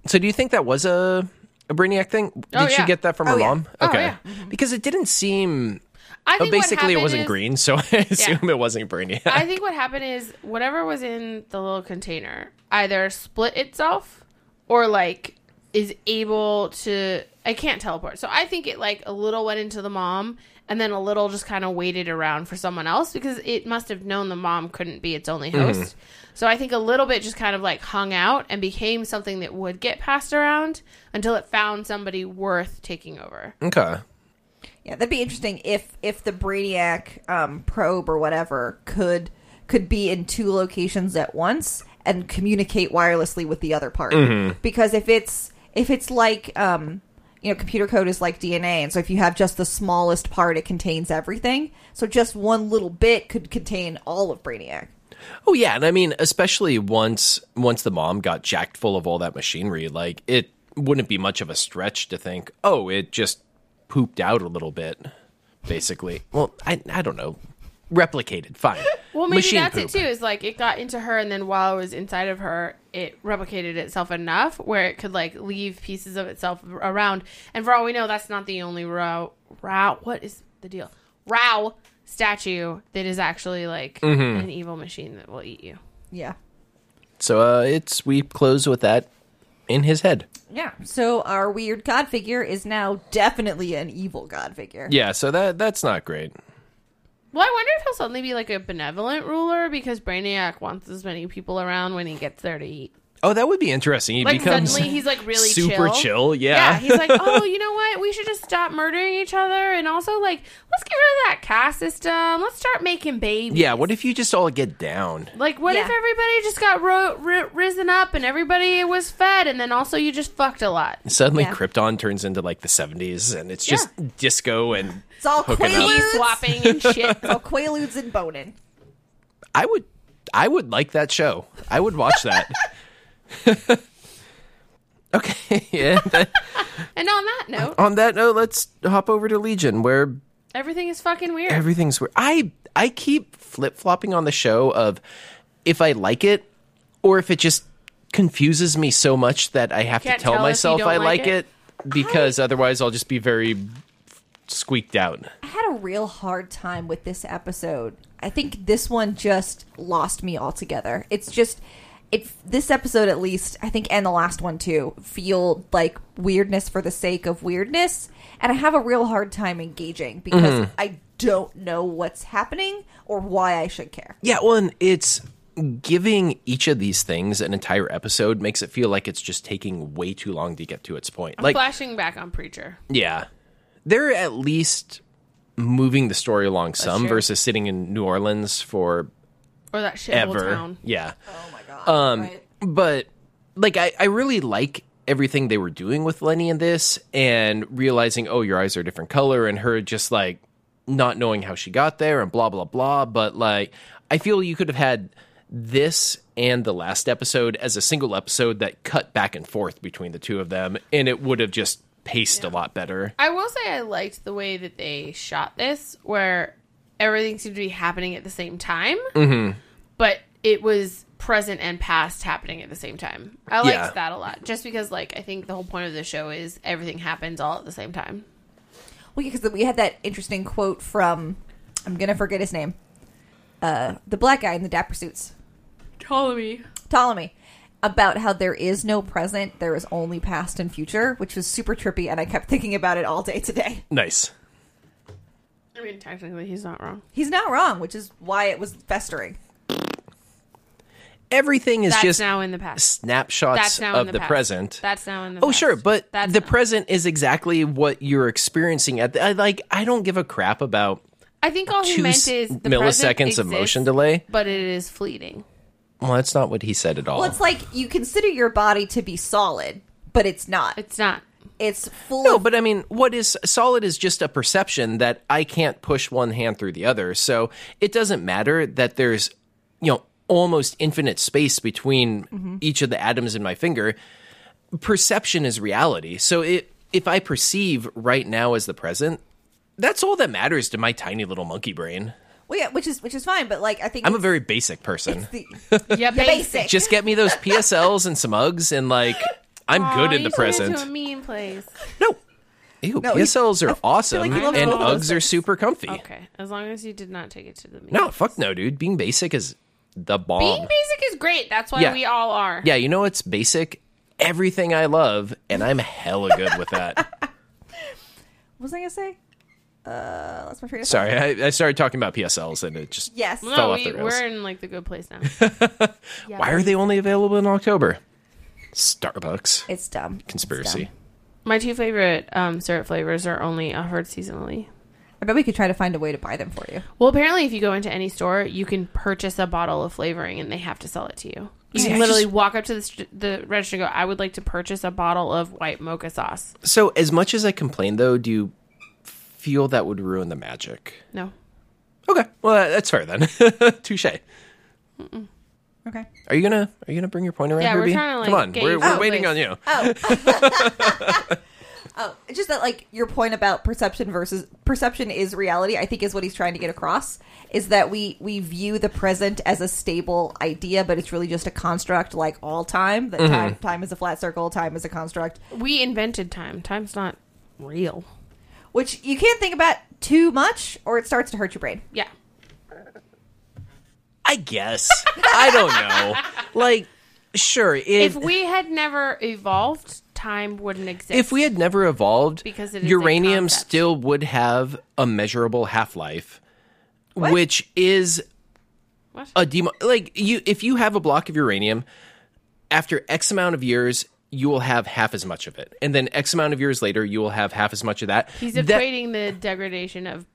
S1: So, do you think that was a a Brainiac thing? Did
S2: Oh,
S1: she
S2: yeah.
S1: get that from her
S3: Oh, yeah.
S1: mom?
S2: Oh,
S1: Okay,
S2: yeah.
S1: because it didn't seem.
S2: I
S1: Oh,
S2: think what
S1: basically, it
S2: happened
S1: wasn't
S2: is- Uh,
S1: green, so I assume it wasn't Brainiac.
S2: I think what happened is whatever was in the little container either split itself or like is able to I can't teleport. So I think it like a little went into the mom and then a little just kind of waited around for someone else because it must have known the mom couldn't be its only host. So I think a little bit just kind of like hung out and became something that would get passed around until it found somebody worth taking over.
S1: okay.
S3: Yeah, that'd be interesting if if the Brainiac um, probe or whatever could could be in two locations at once and communicate wirelessly with the other part.
S1: Mm-hmm.
S3: Because if it's if it's like um, you know, computer code is like DNA, and so if you have just the smallest part, it contains everything. So just one little bit could contain all of Brainiac.
S1: Oh yeah, and I mean, especially once once the mom got jacked full of all that machinery, like it wouldn't be much of a stretch to think, oh, it just pooped out a little bit, basically. well, I I don't know, replicated, fine.
S2: Well, maybe
S1: Machine
S2: that's
S1: poop.
S2: it too. Is like it got into her, and then while it was inside of her, it replicated itself enough where it could like leave pieces of itself around. And for all we know, that's not the only row. Row. What is the deal? Row statue that is actually like
S1: Mm-hmm.
S2: an evil machine that will eat you.
S3: Yeah.
S1: So uh, it's we close with that in his head.
S3: Yeah. So our weird god figure is now definitely an evil god figure.
S1: Yeah, so that that's not great.
S2: Well, I wonder if he'll suddenly be like a benevolent ruler because Brainiac wants as many people around when he gets there to eat.
S1: Oh, that would be interesting. He
S2: Like
S1: becomes
S2: suddenly he's like really
S1: super chill. Yeah,
S2: he's like, oh, you know what? We should just stop murdering each other, and also like, let's get rid of that caste system. Let's start making babies.
S1: yeah. What if you just all get down?
S2: Like, what if
S3: Yeah.
S2: everybody just got ro- ri- risen up and everybody was fed, and then also you just fucked a lot?
S1: Suddenly,
S3: Yeah.
S1: Krypton turns into like the '70s, and it's just disco and
S3: It's all
S1: Hooking up.
S2: Pee
S3: quaaludes,
S2: swapping and shit.
S3: all quaaludes and boning.
S1: I would I would like that show. I would watch that. okay. and
S2: and on that note,
S1: on that note, let's hop over to Legion where
S2: everything is fucking weird.
S1: everything's weird. I I keep flip-flopping on the show of if I like it or if it just confuses me so much that I have
S2: Can't
S1: to tell,
S2: tell if you
S1: myself
S2: don't
S1: I
S2: like
S1: like it, because otherwise I'll just be very squeaked out.
S3: I had a real hard time with this episode. I think this one just lost me altogether. It's just it this episode at least i think and the last one too feel like weirdness for the sake of weirdness and i have a real hard time engaging because i don't know what's happening or why i should care
S1: Yeah, well, and it's giving each of these things an entire episode makes it feel like it's just taking way too long to get to its point. Like,
S2: flashing back on Preacher.
S1: yeah, they're at least moving the story along some
S2: true.
S1: versus sitting in New Orleans for
S2: Or that shit
S1: ever.
S2: town.
S1: Yeah.
S3: oh my god
S1: Um, But like, I, I really like everything they were doing with Lenny in this, and realizing, oh, your eyes are a different color, and her just like not knowing how she got there, and blah blah blah. But like, I feel you could have had this and the last episode as a single episode that cut back and forth between the two of them, and it would have just paced a lot better.
S2: I will say I liked the way that they shot this, where everything seemed to be happening at the same time,
S1: Mm-hmm.
S2: but it was present and past happening at the same time. I liked
S1: Yeah.
S2: that a lot, just because like I think the whole point of the show is everything happens all at the same time.
S3: Well, because we had that interesting quote from I'm gonna forget his name, uh, the black guy in the dapper suits,
S2: Ptolemy.
S3: Ptolemy, about how there is no present, there is only past and future, which was super trippy, and I kept thinking about it all day today.
S1: Nice.
S2: I mean, technically, he's not wrong.
S3: He's not wrong, which is why it was festering.
S1: Everything is
S2: That's
S1: just
S2: now in the past.
S1: snapshots
S2: That's now
S1: of
S2: in the,
S1: the
S2: past.
S1: present.
S2: That's now in the.
S1: Oh, sure,
S2: past.
S1: but
S2: That's
S1: the
S2: now-
S1: present is exactly what you're experiencing at the, I, like I don't give a crap about
S2: I think all he
S1: two
S2: meant
S1: s-
S2: is the
S1: milliseconds
S2: present
S1: of motion
S2: exists,
S1: delay?
S2: but it is fleeting.
S1: well that's not what he said at all.
S3: Well, it's like you consider your body to be solid, but it's not.
S2: It's not.
S3: It's full.
S1: no,
S3: of,
S1: but I mean what is solid is just a perception that I can't push one hand through the other. So it doesn't matter that there's you know almost infinite space between
S3: Mm-hmm.
S1: each of the atoms in my finger. Perception is reality. So it if I perceive right now as the present, that's all that matters to my tiny little monkey brain.
S3: well, yeah, which is which is fine, but like I think
S1: I'm a
S3: it's
S1: very basic person.
S3: the
S2: Yeah,
S3: basic.
S1: just get me those PSLs and some Uggs, and like I'm good in the
S2: To a
S1: present.
S2: mean place.
S1: No, ew,
S3: No, he-
S1: PSLs are awesome,
S3: like he loves
S1: and
S2: both of
S1: Uggs are super comfy.
S2: Okay, as long as you did not take it to the mean.
S1: No, fuck no, dude. Being basic is the bomb.
S2: being basic is great. That's why
S1: Yeah.
S2: we all are.
S1: yeah, you know it's basic. Everything I love, and I'm hella good with that.
S3: what was I gonna say? Uh, that's my train of thought.
S1: Sorry, I, I started talking about PSLs, and it just
S3: Yes.
S2: No,
S1: Fell off
S2: we,
S1: the rails.
S2: we're in like the good place now. yeah.
S1: Why are they only available in October? Starbucks
S3: It's dumb. It's
S1: conspiracy.
S3: dumb.
S2: My two favorite um, syrup flavors are only offered seasonally.
S3: I bet we could try to find a way to buy them for you.
S2: Well, apparently, if you go into any store, you can purchase a bottle of flavoring, and they have to sell it to you. You
S1: See,
S2: can
S1: I
S2: literally
S1: just-
S2: walk up to the, st- the register and go, "I would like to purchase a bottle of white mocha sauce."
S1: So, as much as I complain, though, do you feel that would ruin the magic?
S2: No,
S1: Okay, well that- that's fair then. Touche. Are
S3: Okay.
S1: you gonna Are you gonna bring your point around,
S2: Yeah, we're
S1: Ruby?
S2: trying to, like,
S1: Come on,
S2: get
S1: we're,
S2: you
S1: we're
S2: someplace.
S1: waiting on you.
S3: Oh, it's just that like your point about perception versus perception is reality. I think is what he's trying to get across is that we we view the present as a stable idea, but it's really just a construct like all time.
S2: Mm-hmm.
S3: That time time is a flat circle, time is a construct,
S2: we invented time. Time's not real.
S3: which you can't think about too much, or it starts to hurt your brain.
S2: Yeah,
S1: I guess I don't know. Like, sure,
S2: if
S1: if if we,
S2: we had never evolved, time wouldn't exist.
S1: had never evolved,
S2: Because it is a
S1: uranium
S2: concept.
S1: still would have a measurable half life,
S3: What?
S1: which is
S2: What?
S1: a demo like you. If you have a block of uranium, after X amount of years. You will have half as much of it, and then X amount of years later, you will have half as much of that.
S2: He's
S1: That-
S2: equating the degradation of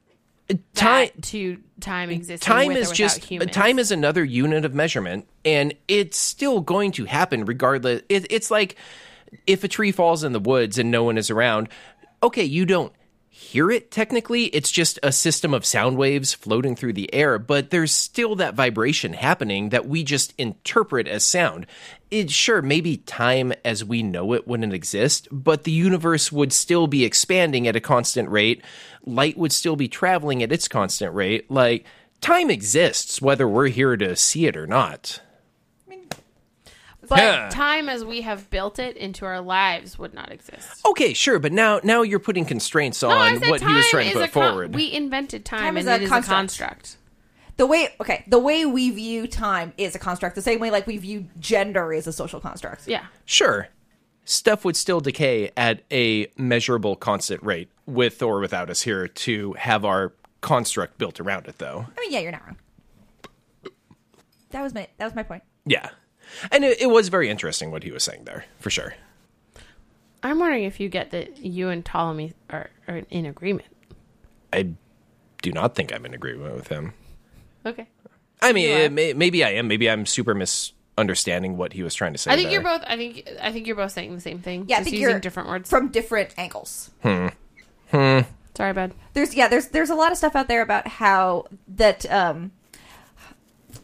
S1: time,
S2: that to time existing.
S1: time
S2: with or
S1: is
S2: without
S1: just
S2: humans.
S1: time is another unit of measurement and it's still going to happen regardless it, it's like if a tree falls in the woods and no one is around okay you don't hear it technically it's just a system of sound waves floating through the air but there's still that vibration happening that we just interpret as sound it sure maybe time as we know it wouldn't exist but the universe would still be expanding at a constant rate light would still be traveling at its constant rate like time exists whether we're here to see it or not
S2: But
S1: Yeah.
S2: time as we have built it into our lives would not exist.
S1: okay sure but now now you're putting constraints
S2: No, I
S1: on
S2: said
S1: what he was
S2: time
S1: trying to
S2: is
S1: put
S2: a con-
S1: forward
S2: we invented time,
S3: Time
S2: and
S3: is
S2: it
S3: a
S2: is a
S3: construct.
S2: construct.
S3: The the way okay, the way we view time is a construct. The same way like we view gender is a social construct.
S2: Yeah.
S1: Sure, stuff would still decay at a measurable constant rate, with or without us here to have our construct built around it, though.
S3: I mean, yeah, you're not wrong. That was my that was my point.
S1: Yeah. And it, it was very interesting what he was saying there, for sure.
S2: I'm wondering if you get that you and Ptolemy are, are in agreement.
S1: I do not think I'm in agreement with him.
S2: Okay.
S1: I mean,
S2: You
S1: eh,
S2: are.
S1: may, maybe I am. Maybe I'm super misunderstanding what he was trying to say.
S2: I think
S1: there.
S2: you're both. I think I think you're both saying the same thing.
S3: Yeah,
S2: just
S3: I think
S2: using
S3: you're
S2: different words.
S3: from different angles.
S2: Sorry, bud.
S3: there's yeah there's there's a lot of stuff out there about how that um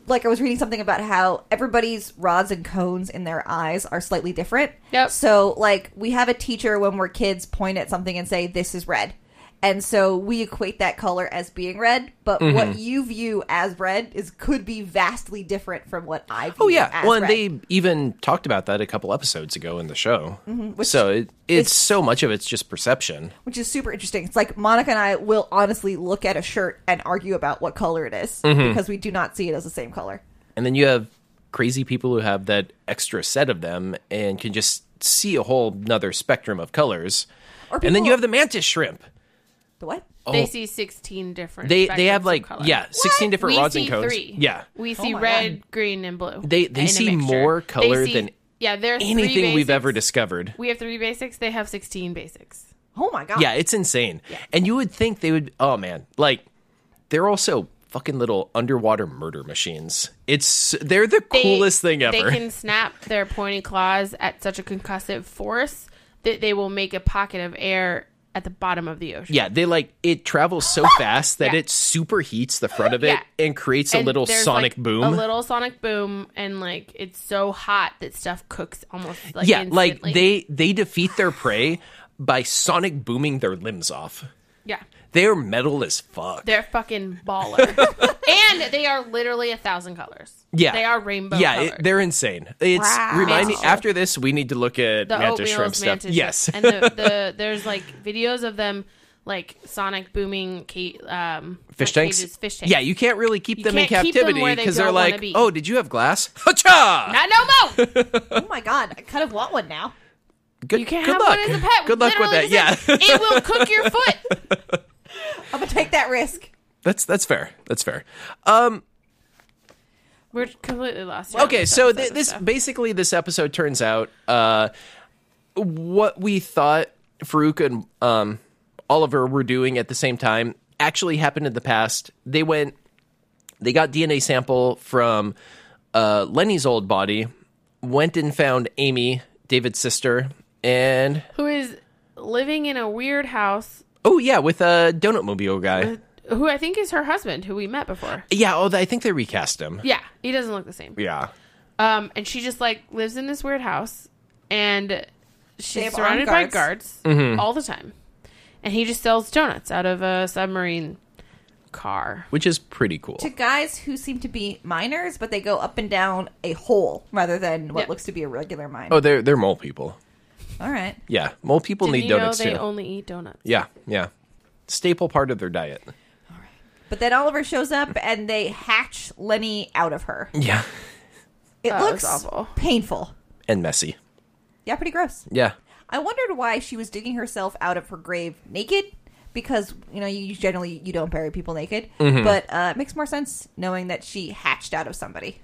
S3: like I was reading something about how everybody's rods and cones in their eyes are slightly different.
S2: Yep.
S3: So like we have a teacher when we're kids point at something and say this is red. And so we equate that color as being red, but
S1: Mm-hmm.
S3: what you view as red is could be vastly different from what I view
S1: Oh yeah.
S3: as
S1: Well, and
S3: red.
S1: they even talked about that a couple episodes ago in the show.
S2: Mm-hmm.
S1: so it, it's so much of it's just perception.
S3: which is super interesting. It's like Monica and I will honestly look at a shirt and argue about what color it is,
S1: Mm-hmm.
S3: because we do not see it as the same color.
S1: And then you have crazy people who have that extra set of them and can just see a whole nother spectrum of colors.
S3: Or
S1: and then
S3: people-
S1: you have the mantis shrimp.
S3: The what?
S2: They see 16
S1: Oh.
S2: different.
S1: They they
S2: spectrums
S1: have
S2: of
S1: like
S2: color.
S1: yeah, sixteen different
S2: we
S1: rods
S2: see
S1: and cones.
S2: Three.
S1: Yeah.
S2: we see
S3: my
S2: red, green, and blue.
S1: They- they
S2: in a
S1: see
S2: mixture.
S1: more
S2: They
S1: color
S2: see-
S1: than
S2: yeah. There's three
S1: Anything we've
S2: basics.
S1: ever discovered.
S2: We have three basics. They have 16 basics.
S3: Oh my god!
S1: Yeah, it's insane. And you would think they would oh man, like they're also fucking little underwater murder machines. It's they're the
S2: They-
S1: coolest thing ever.
S2: They can snap their pointy claws at such a concussive force that they will make a pocket of air at the bottom of the ocean.
S1: Yeah, they like it travels so fast that
S2: Yeah.
S1: it superheats the front of it
S2: Yeah.
S1: and creates a
S2: And
S1: little
S2: there's,
S1: sonic
S2: like,
S1: boom.
S2: A little sonic boom, and like it's so hot that stuff cooks almost like
S1: yeah,
S2: instantly.
S1: like they they defeat their prey by sonic booming their limbs off.
S2: yeah
S1: They're metal as fuck.
S2: they're fucking baller, and they are literally a thousand colors.
S1: yeah,
S2: they are rainbow.
S1: Yeah,
S2: colored.
S1: it, they're insane. It's
S3: Wow.
S1: remind me
S3: Mantis shrimp.
S1: after this we need to look at
S2: the
S1: mantis
S2: oatmeal
S1: shrimp stuff.
S2: mantis
S1: yes,
S2: shrimp. and the, the there's like videos of them like sonic booming ca- um
S1: fish
S2: not
S1: tanks.
S2: cages, fish tanks.
S1: Yeah, you can't really keep them in
S2: can't keep them
S1: captivity
S2: where they
S1: because they are
S2: don't wanna
S1: like,
S2: be.
S1: oh, did you have glass? Ha-cha!
S2: not Uh, no more.
S3: Oh my god! I kind of want one now.
S1: Good,
S2: You can't
S1: good
S2: have
S1: luck.
S2: one as a pet.
S1: Good luck with that.
S2: Literally
S1: Yeah,
S2: just like, it will cook your foot.
S3: I'm gonna take that risk.
S1: that's that's fair. That's fair.
S2: We're completely lost.
S1: okay so th- this basically this episode turns out uh what we thought farouk and um oliver were doing at the same time actually happened in the past they went they got dna sample from uh lenny's old body went and found amy david's sister and
S2: who is living in a weird house?
S1: oh yeah with a donut mobile guy
S2: Who I think is her husband, who we met before.
S1: yeah oh i think they recast him
S2: Yeah, he doesn't look the same.
S1: yeah
S2: Um, and she just like lives in this weird house, and
S3: They
S2: she's
S3: have
S2: surrounded by
S3: armed
S2: guards
S1: Mm-hmm.
S2: all the time. And he just sells donuts out of a submarine car.
S1: which is pretty cool
S3: To guys who seem to be miners, but they go up and down a hole rather than what
S2: Yeah.
S3: looks to be a regular mine.
S1: oh they're they're mole people
S3: All right.
S1: yeah mole people
S2: Didn't
S1: need
S2: you know
S1: donuts
S2: they
S1: too
S2: only eat donuts?
S1: Yeah, yeah. Staple part of their diet.
S3: But then Oliver shows up and they hatch Lenny out of her.
S1: Yeah.
S3: It
S2: That
S3: looks
S2: looks awful.
S3: painful.
S1: And messy.
S3: Yeah, pretty gross.
S1: Yeah.
S3: I wondered why she was digging herself out of her grave naked. Because you know, you generally you don't bury people naked,
S1: Mm-hmm.
S3: but uh, it makes more sense knowing that she hatched out of somebody.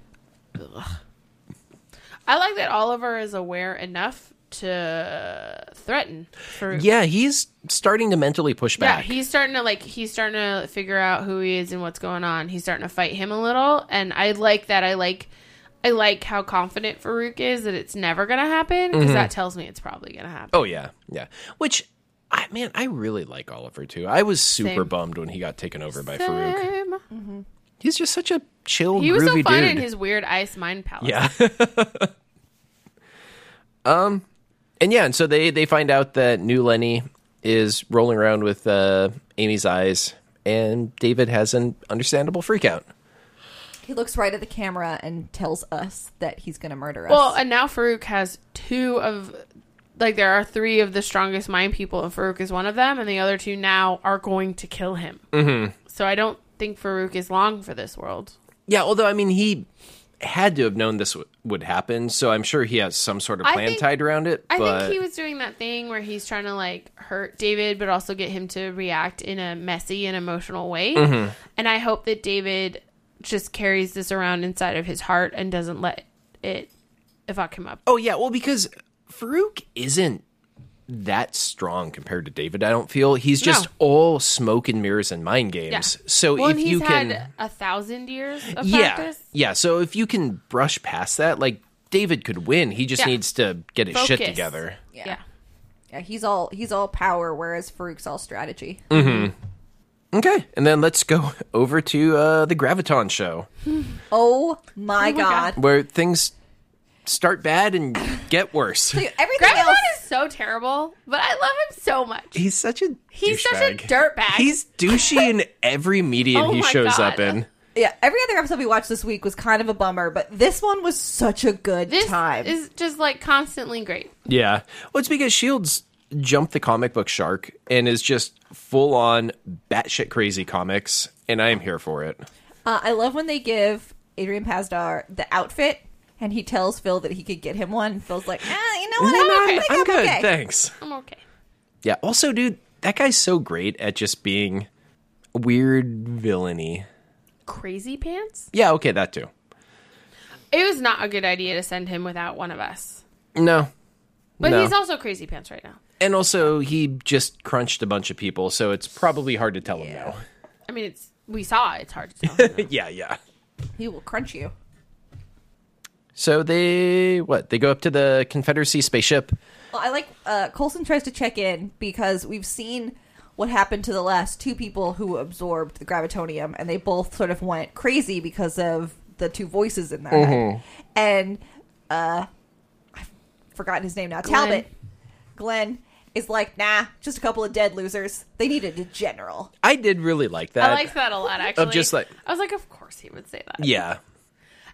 S2: I like that Oliver is aware enough to threaten. For,
S1: Yeah, he's starting to mentally push
S2: Yeah,
S1: back.
S2: he's starting to like he's starting to figure out who he is and what's going on. He's starting to fight him a little, and I like that. I like I like how confident Farouk is that it's never gonna happen
S1: Mm-hmm.
S2: because that tells me it's probably gonna happen.
S1: oh yeah. Yeah. Which I man, I really like Oliver too. I was super
S2: Same.
S1: bummed when he got taken over by Farouk.
S2: Same.
S1: He's just such a chill,
S2: He
S1: groovy
S2: was so fun
S1: dude.
S2: in his weird ice mind palace.
S1: yeah. um and yeah, and so they they find out that new Lenny is rolling around with uh Amy's eyes and David has an understandable freak out.
S3: He looks right at the camera and tells us that he's going to murder us.
S2: Well, and now Farouk has two of like there are three of the strongest mind people, and Farouk is one of them, and the other two now are going to kill him. Mm-hmm. So I don't think Farouk is long for this world.
S1: Yeah, although I mean he had to have known this w- would happen, so I'm sure he has some sort of
S2: I
S1: plan
S2: think-
S1: tied around it.
S2: I
S1: but
S2: think he was doing that thing where he's trying to like hurt David, but also get him to react in a messy and emotional way.
S1: Mm-hmm.
S2: And I hope that David just carries this around inside of his heart and doesn't let it fuck him up.
S1: Oh yeah, well because Farouk isn't that strong compared to David. I don't feel he's just
S2: No.
S1: all smoke and mirrors and mind games. So
S2: well,
S1: if
S2: and he's
S1: you
S2: had
S1: can,
S2: a thousand years of
S1: yeah,
S2: practice.
S1: yeah. So if you can brush past that, like David could win. He just
S2: Yeah.
S1: needs to get his shit
S2: Focus.
S1: together.
S2: Yeah.
S3: Yeah, he's all he's all power, whereas Farouk's all strategy.
S1: Okay, and then let's go over to uh, the Graviton show
S3: Oh my,
S2: God.
S3: god.
S1: where things start bad and get worse.
S3: Dude, everything
S2: Grandma
S3: else
S2: is so terrible, but I love him so much.
S1: He's such a
S2: He's such a
S1: douchebag.
S2: dirtbag.
S1: He's douchey in every medium
S2: Oh
S1: he
S2: my
S1: shows
S2: God.
S1: up in.
S3: Yeah, every other episode we watched this week was kind of a bummer, but this one was such a good
S2: this
S3: time.
S2: is just like constantly great.
S1: Yeah. Well, it's because Shields jumped the comic book shark and is just full on batshit crazy comics, and I am here for it.
S3: uh, I love when they give Adrian Pazdar the outfit, and he tells Phil that he could get him one. Phil's like, ah, you know what?
S1: No, no,
S3: I
S1: I'm,
S3: don't think
S1: I'm
S3: I'm
S1: good.
S3: okay."
S1: Thanks.
S2: I'm okay.
S1: Yeah. Also, dude, that guy's so great at just being weird villainy.
S2: Crazy pants?
S1: Yeah. Okay. That too.
S2: It was not a good idea to send him without one of us.
S1: No.
S2: But
S1: No.
S2: he's also crazy pants right now.
S1: And also, he just crunched a bunch of people, so it's probably hard to tell him
S2: I mean, it's we saw. it. It's hard to tell.
S1: no. yeah. Yeah.
S3: He will crunch you.
S1: So they what? They go up to the Confederacy spaceship.
S3: Well, I like uh, Colson tries to check in because we've seen what happened to the last two people who absorbed the gravitonium, and they both sort of went crazy because of the two voices in their head. And uh, I've forgotten his name now.
S2: Glenn.
S3: Talbot, Glenn is like, nah, just a couple of dead losers. They needed a general.
S1: I did really like that.
S2: I liked that a lot. Actually,
S1: just like-
S2: I was like, of course he would say that.
S1: yeah.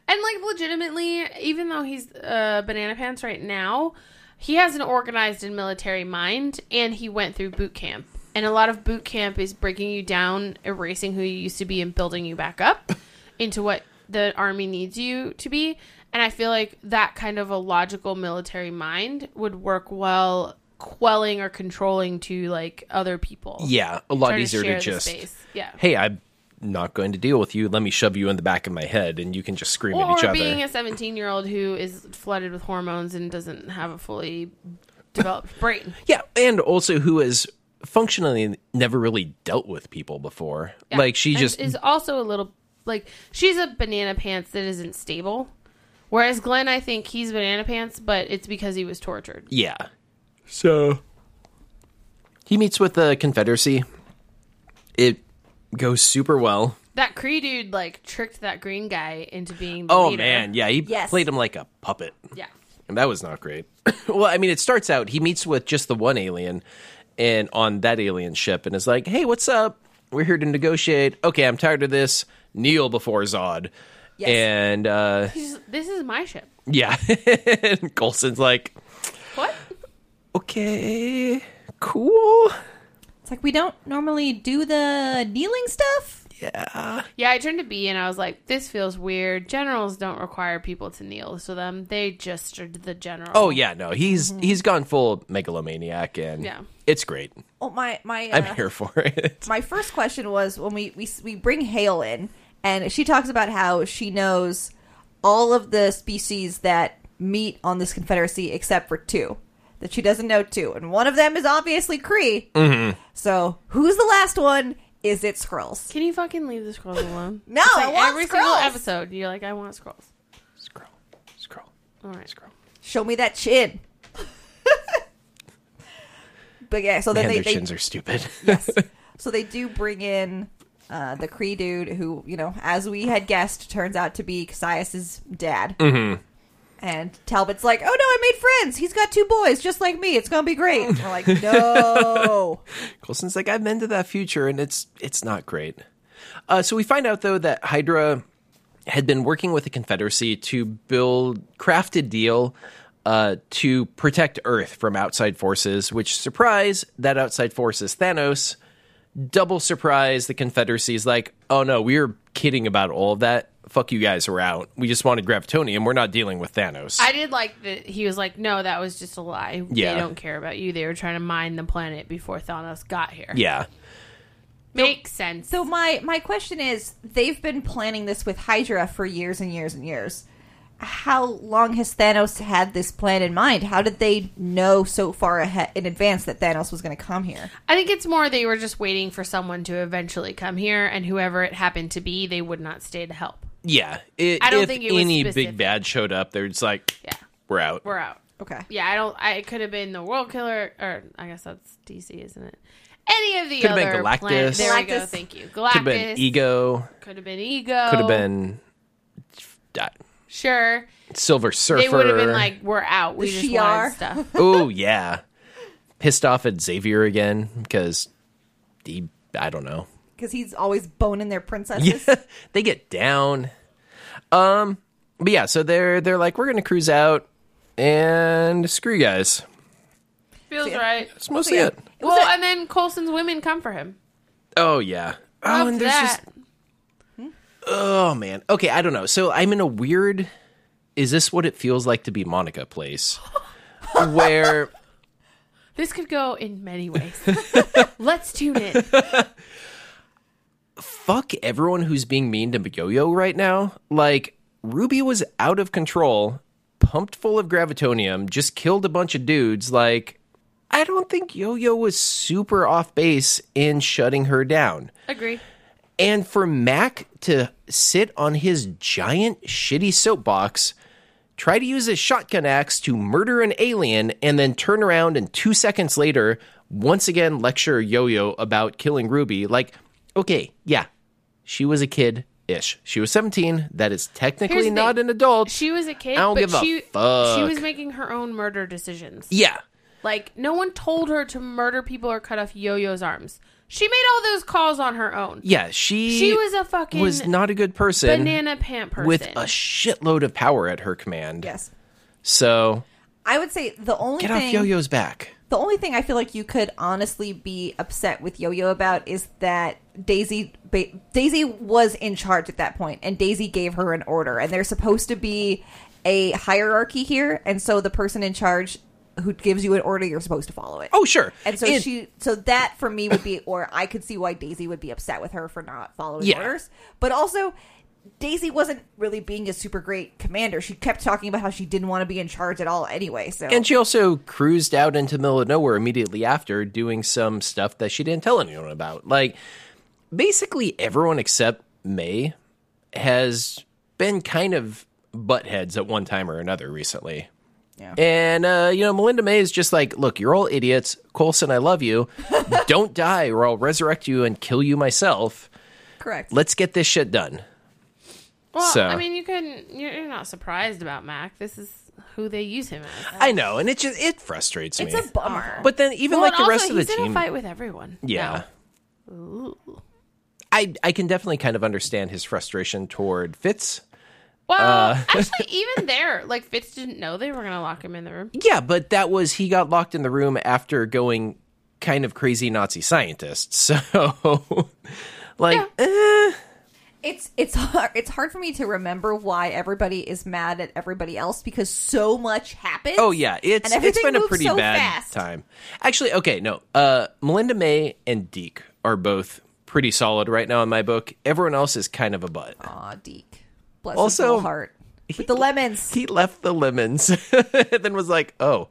S2: And like legitimately, even though he's uh, banana pants right now, he has an organized and military mind, and he went through boot camp. And a lot of boot camp is breaking you down, erasing who you used to be, and building you back up into what the army needs you to be. And I feel like that kind of a logical military mind would work well quelling or controlling to like other people.
S1: Yeah, a lot
S2: Try to
S1: easier to,
S2: share the
S1: just,
S2: space. yeah.
S1: hey, I'm not going to deal with you. Let me shove you in the back of my head, and you can just scream
S2: or
S1: at each other.
S2: being a 17 year old who is flooded with hormones and doesn't have a fully developed brain
S1: yeah, and also who has functionally never really dealt with people before.
S2: Yeah.
S1: Like she
S2: And
S1: just
S2: is also a little like she's a banana pants that isn't stable whereas glenn i think he's banana pants but it's because he was tortured
S1: yeah. So he meets with the Confederacy. It goes super well.
S2: that cree dude like tricked that green guy into being the
S1: Oh
S2: leader.
S1: man, yeah, he
S3: Yes.
S1: played him like a puppet.
S2: yeah
S1: And that was not great. well, I mean, it starts out he meets with just the one alien, and on that alien ship, and is like, "Hey, what's up? We're here to negotiate. Okay, I'm tired of this. Kneel before Zod."
S3: Yes.
S1: And uh,
S2: He's- this is my ship
S1: yeah, and Colson's like,
S2: what
S1: "Okay, cool."
S3: It's like, we don't normally do the kneeling stuff.
S2: yeah i turned to b and i was like this feels weird generals don't require people to kneel to them they just are the general
S1: Oh yeah, no,
S3: Mm-hmm.
S1: he's he's gone full megalomaniac, and
S2: Yeah.
S1: it's great.
S3: Oh, my, my. Uh,
S1: I'm here for it.
S3: my first question was when we, we we bring Hale in, and she talks about how she knows all of the species that meet on this Confederacy except for two that she doesn't know two, and one of them is obviously Cree.
S1: Mm-hmm.
S3: So who's the last one? Is it Skrulls?
S2: Can you fucking leave the scrolls alone?
S3: No,
S2: It's
S3: I want
S2: every single
S3: scrolls.
S2: episode. You're like, I want scrolls.
S1: scroll, scroll,
S2: All right.
S1: scroll.
S3: Show me that chin. but yeah, so then
S1: Man,
S3: they,
S1: their
S3: they
S1: chins are stupid.
S3: So they do bring in uh, the Cree dude, who you know, as we had guessed, turns out to be Cassius's dad. Mm-hmm. And Talbot's like, "Oh no, I made friends. He's got two boys just like me. It's gonna be great." And we're like, "No."
S1: Colson's like, I've been to that future, and it's it's not great. Uh, so we find out though that Hydra had been working with the Confederacy to build craft a deal uh, to protect Earth from outside forces. Which surprise, that outside force is Thanos, double surprise. The Confederacy is like, oh no, we were kidding about all of that. Fuck you guys, we're out. We just wanted Gravitonium. We're not dealing with Thanos.
S2: I did like that he was like, no, that was just a lie.
S1: Yeah.
S2: They don't care about you. They were trying to mine the planet before Thanos got here.
S1: yeah.
S2: Makes sense.
S3: So my my question is, they've been planning this with Hydra for years and years and years. How long has Thanos had this plan in mind? How did they know so far ahead in advance that Thanos was going to come here?
S2: I think it's more they were just waiting for someone to eventually come here, and whoever it happened to be, they would not stay to help.
S1: Yeah. It,
S2: I don't
S1: if
S2: think it was
S1: any big
S2: specific.
S1: bad showed up, they're just like,
S2: Yeah.
S1: we're out.
S2: We're out.
S3: Okay.
S2: Yeah, I don't. I, it could have been the World Killer, or I guess that's DC, isn't it? Any of the
S1: Could have
S2: other
S1: been Galactus.
S2: planets. There we go.
S3: Galactus.
S2: Thank you.
S1: could have been
S2: Galactus
S1: Ego.
S2: could have been Ego.
S1: Could have been uh,
S2: Sure,
S1: Silver Surfer.
S2: they would have been like, "We're out. We just
S3: Shi'ar.
S2: wanted stuff."
S1: oh yeah, pissed off at Xavier again because he. I don't know.
S3: Because he's always boning their princesses.
S1: Yeah, they get down. Um, but yeah, so they're they're like, we're gonna cruise out and screw you guys.
S2: Feels right.
S1: That's mostly
S3: Yeah.
S1: it.
S2: Well, and then Colson's women come for him.
S1: Oh yeah. Oh,
S2: Loved
S1: and there's
S2: that.
S1: just oh man. Okay, I don't know. So I'm in a weird. Is this what it feels like to be Monica place? Where
S2: This could go in many ways. Let's tune in.
S1: fuck everyone who's being mean to Yo-Yo right now. Like Ruby was out of control, pumped full of gravitonium, just killed a bunch of dudes. Like I don't think Yo-Yo was super off base in shutting her down.
S2: Agree.
S1: And for Mac to sit on his giant shitty soapbox, try to use his shotgun axe to murder an alien, and then turn around and two seconds later, once again lecture Yo Yo about killing Ruby. Like, okay, yeah, she was a kid ish. She was 17. That is
S2: Here's
S1: technically
S2: the
S1: not
S2: thing.
S1: an adult.
S2: She was a kid,
S1: I don't
S2: but
S1: give a
S2: she she
S1: fuck.
S2: was making her own murder decisions.
S1: yeah.
S2: Like no one told her to murder people or cut off Yo-Yo's arms. She made all those calls on her own.
S1: Yeah. She,
S2: She was a fucking
S1: was not a good person
S2: Banana pant person.
S1: with a shitload of power at her command.
S3: yes.
S1: So
S3: I would say the only
S1: get
S3: thing
S1: off Yo Yo's back.
S3: the only thing I feel like you could honestly be upset with Yo-Yo about is that Daisy ba- Daisy was in charge at that point, and Daisy gave her an order, and there's supposed to be a hierarchy here, and so the person in charge who gives you an order, you're supposed to follow it.
S1: Oh, sure.
S3: And so
S1: It-
S3: she, so that for me would be, or I could see why Daisy would be upset with her for not following
S1: Yeah.
S3: orders. But also, Daisy wasn't really being a super great commander. She kept talking about how she didn't want to be in charge at all anyway. So
S1: And she also cruised out into the middle of nowhere immediately after doing some stuff that she didn't tell anyone about. Like, basically, everyone except May has been kind of buttheads at one time or another recently.
S3: Yeah.
S1: And, uh, you know, Melinda May is just like, look, you're all idiots. Colson, I love you. Don't die or I'll resurrect you and kill you myself.
S3: correct.
S1: Let's get this shit done.
S2: well,
S1: so-
S2: I mean, you couldn't. You're, you're not surprised about Mac. This is who they use him as.
S1: I know. And it just, it frustrates
S3: it's
S1: me.
S3: a bummer.
S1: but then even
S2: Well,
S1: like
S2: Oh, and
S1: the
S2: also,
S1: rest of the
S2: he's in
S1: team.
S2: a fight with everyone.
S1: yeah.
S2: now. Ooh.
S1: I I can definitely kind of understand his frustration toward Fitz.
S2: Well, actually, even there, like Fitz didn't know they were gonna lock him in the room.
S1: Yeah, but that was he got locked in the room after going kind of crazy Nazi scientist. So like
S3: It's it's hard, it's hard for me to remember why everybody is mad at everybody else because so much happened.
S1: oh yeah, it's
S3: And
S1: it's been
S3: everything
S1: a
S3: moves
S1: pretty
S3: so
S1: bad
S3: fast.
S1: time. Actually, okay, no. Uh Melinda May and Deke are both pretty solid right now in my book. Everyone else is kind of a butt.
S3: Aw, Deke, bless
S1: Also,
S3: his little heart with the lemons.
S1: He left the lemons and then was like, "Oh,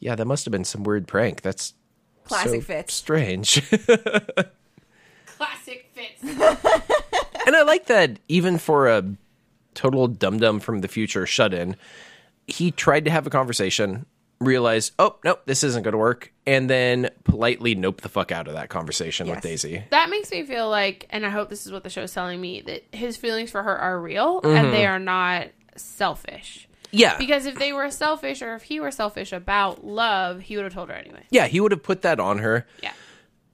S1: yeah, that must have been some weird prank. That's so
S3: Classic Fitz.
S1: Strange."
S2: Classic Fitz.
S1: And I like that even for a total dum dum from the future shut in, he tried to have a conversation, realized, oh, nope, this isn't going to work, and then politely nope the fuck out of that conversation with
S3: Yes.
S1: Daisy.
S2: that makes me feel like, and I hope this is what the show's telling me, that his feelings for her are real and they are not selfish.
S1: Yeah.
S2: Because if they were selfish or if he were selfish about love, he would have told her anyway.
S1: yeah, he would have put that on her.
S2: Yeah.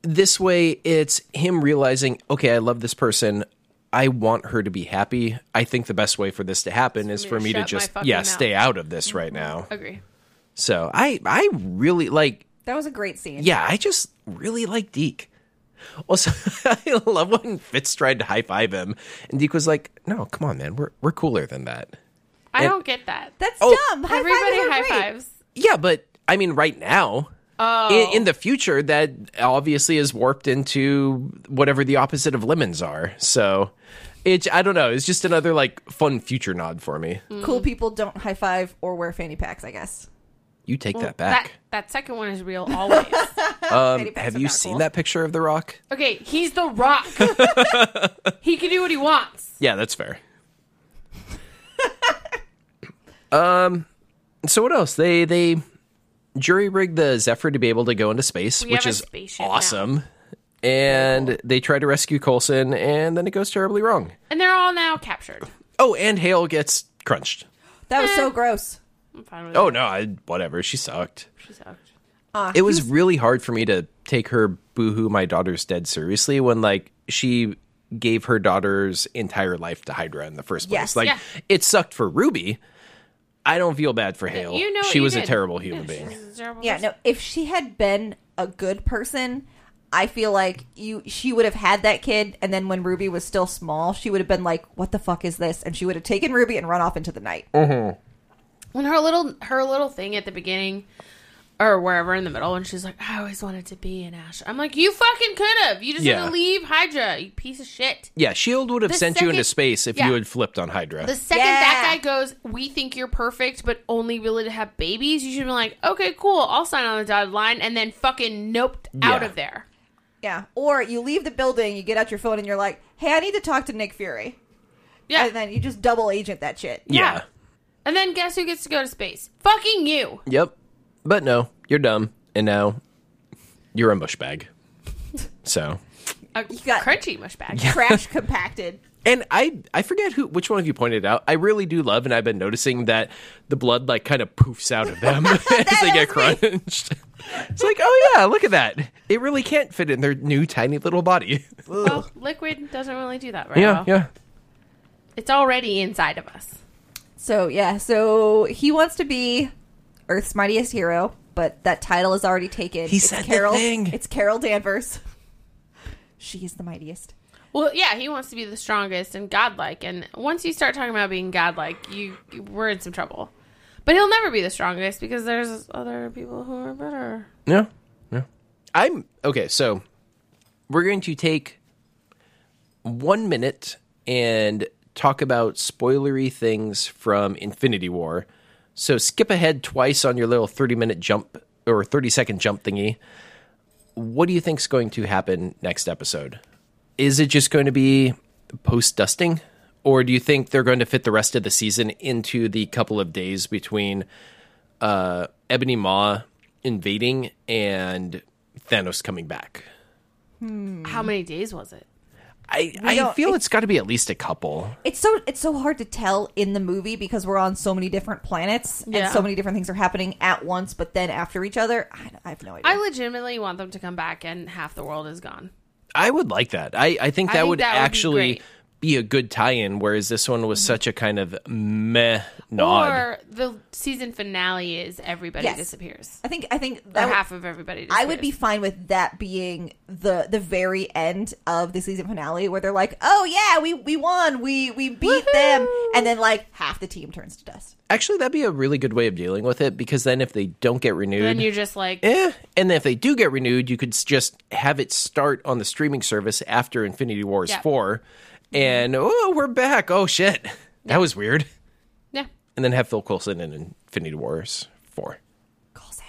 S1: This way, it's him realizing, okay, I love this person. I want her to be happy. I think the best way for this to happen is for me to,
S2: shut my
S1: just,
S2: fucking
S1: yeah,
S2: mouth.
S1: stay out of this right now.
S2: Agree.
S1: So I, I really like,
S3: That was a great scene.
S1: yeah, I just really like Deke. Also, I love when Fitz tried to high five him, and Deke was like, "No, come on, man, we're we're cooler than that."
S2: I
S1: And-
S2: don't get that.
S3: That's
S1: Oh.
S3: dumb. High
S2: Everybody high
S3: fives are great.
S2: fives.
S1: Yeah, but I mean, right now,
S2: Oh,
S1: in, in the future, that obviously is warped into whatever the opposite of lemons are. So, it I don't know. It's just another like fun future nod for me.
S3: Cool people don't high five or wear fanny packs. I guess.
S1: You take that
S2: that
S1: back.
S2: that second one is real always.
S1: um,
S3: fanny packs
S1: have
S3: are
S1: you
S3: not
S1: seen
S3: cool.
S1: that picture of The Rock?
S2: okay, he's the Rock. he can do what he wants.
S1: Yeah, that's fair. um, so what else? They they jury rigged the Zephyr to be able to go into space,
S2: We
S1: which
S2: have a
S1: is
S2: spaceship now.
S1: awesome. And they try to rescue Coulson, and then it goes terribly wrong.
S2: And they're all now captured.
S1: Oh, and Hale gets crunched.
S3: That was
S2: Eh.
S3: so gross.
S2: I'm fine with
S1: Oh
S2: it.
S1: no, I, whatever. She sucked.
S2: She sucked.
S3: Uh,
S1: It was really hard for me to take her "Boohoo, my daughter's dead" seriously when like she gave her daughter's entire life to Hydra in the first place.
S3: Yes.
S1: like
S2: Yeah.
S1: it sucked for Ruby. I don't feel bad for Hale.
S2: You know what
S1: she
S2: you
S1: was a
S2: did.
S1: terrible human
S2: Yeah,
S1: being.
S2: she's a terrible
S3: Yeah,
S2: person.
S3: no. If she had been a good person, I feel like you she would have had that kid, and then when Ruby was still small, she would have been like, "What the fuck is this?" And she would have taken Ruby and run off into the night.
S1: Oh.
S2: when her little her little thing at the beginning or wherever in the middle and she's like i always wanted to be an ash i'm like you fucking could have you just had
S1: Yeah.
S2: to leave hydra you piece of shit
S1: Yeah, Shield E would have
S2: The
S1: sent you into
S2: second-
S1: space if
S2: yeah.
S1: you had flipped on Hydra.
S2: the second
S3: Yeah.
S2: that guy goes we think you're perfect but only really to have babies you should be like okay cool i'll sign on the dotted line and then fucking noped out
S1: Yeah.
S2: of there
S3: Yeah, or you leave the building, you get out your phone, and you're like, "Hey, I need to talk to Nick Fury,"
S2: yeah
S3: and then you just double agent that shit.
S1: yeah.
S2: and then guess who gets to go to space fucking you
S1: Yep. But no, you're dumb, and now you're a mushbag. so,
S2: a
S3: got-
S2: crunchy mushbag
S3: Crash compacted.
S1: and I I forget who which one of you pointed it out. I really do love, and I've been noticing that the blood like kind of poofs out of them as they get
S3: was
S1: crunched. it's like, oh yeah, look at that. It really can't fit in their new tiny little body.
S2: well liquid doesn't really do that right
S1: yeah,
S2: well.
S1: yeah.
S2: it's already inside of us
S3: So yeah, so he wants to be Earth's mightiest hero, but that title is already taken.
S1: He said the
S3: Carol.
S1: thing.
S3: It's Carol Danvers. She is the mightiest.
S2: Well, yeah, he wants to be the strongest and godlike. And once you start talking about being godlike, you you- we're in some trouble. But he'll never be the strongest because there's other people who are better.
S1: Yeah. Yeah. I'm okay, so we're going to take one minute and talk about spoilery things from Infinity War. So skip ahead twice on your little 30 minute jump or 30 second jump thingy. What do you think's going to happen next episode? Is it just going to be post dusting? Or do you think they're going to fit the rest of the season into the couple of days between uh, Ebony Maw invading and Thanos coming back.
S3: Mm-hmm.
S2: How many days was it?
S1: I, I
S3: don't-
S1: feel it's got to be at least a couple.
S3: It's so it's so hard to tell in the movie because we're on so many different planets
S2: Yeah.
S3: and so many different things are happening at once, but then after each other. I, I have no idea.
S2: I legitimately want them to come back and half the world is gone.
S1: I would like that. I, I think that
S2: I think
S1: would
S2: that would be
S1: actually
S2: great.
S1: be a good tie in, whereas this one was such a kind of meh nod.
S2: Or the season finale is everybody
S3: Yes.
S2: disappears.
S3: I think I think
S2: Or
S3: that would-
S2: half of everybody disappears.
S3: I would be fine with that being the the very end of the season finale where they're like, "Oh yeah, we we won. We we beat them." And then like half the team turns to dust.
S1: actually, that'd be a really good way of dealing with it because then if they don't get renewed.
S2: Then you're just like,
S1: Eh. And then if they do get renewed, you could s- just have it start on the streaming service after Infinity Wars
S2: Yeah.
S1: 4. And, oh, we're back. Oh, shit. That was weird.
S2: yeah.
S1: and then have Phil Coulson in Infinity Wars four.
S3: Coulson.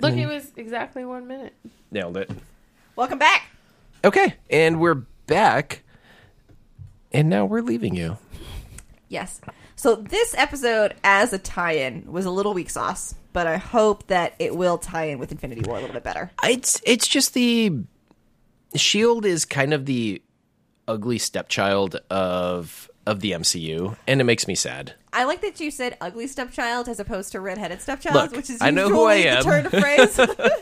S2: Look,
S3: Mm-hmm.
S2: it was exactly one minute.
S1: Nailed it.
S3: Welcome back.
S1: Okay, and we're back, and now we're leaving you.
S3: Yes. So this episode as a tie-in was a little weak sauce, but I hope that it will tie in with Infinity War a little bit better.
S1: It's it's just the Shield E is kind of the ugly stepchild of of the MCU, and it makes me sad.
S3: I like that you said ugly stepchild as opposed to redheaded stepchild,
S1: Look,
S3: which is
S1: I know who I
S3: usually
S1: am.
S3: the turn of phrase.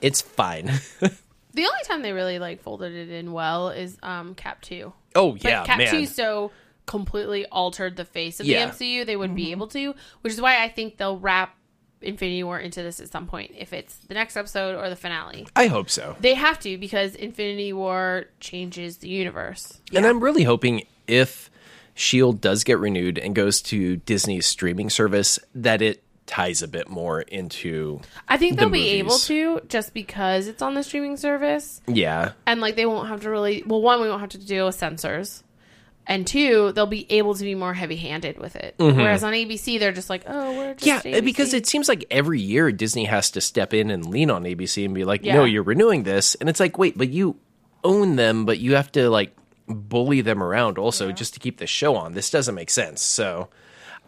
S1: It's fine.
S2: The only time they really like folded it in well is um Cap Two.
S1: oh
S2: But
S1: yeah,
S2: Cap
S1: man.
S2: 2 so completely altered the face of
S1: Yeah.
S2: Mm-hmm. the MCU, they wouldn't be able to, which is why I think they'll wrap Infinity War into this at some point, if it's the next episode or the finale.
S1: I hope so.
S2: They have to because Infinity War changes the universe.
S1: And I'm really hoping if Shield E does get renewed and goes to Disney's streaming service, that it ties a bit more into
S2: I
S1: The
S2: think they'll be able
S1: movies.
S2: to just because it's on the streaming service.
S1: yeah.
S2: and like they won't have to really well one we won't have to deal with sensors and two they'll be able to be more heavy handed with it whereas on abc they're just like oh we're just
S1: Mm-hmm. Yeah, uh,
S2: ABC.
S1: because it seems like every year Disney has to step in and lean on ABC and be like,
S2: Yeah.
S1: "No, you're renewing this." And it's like, "Wait, but you own them, but you have to like bully them around also just to keep the show on. This doesn't make sense." So,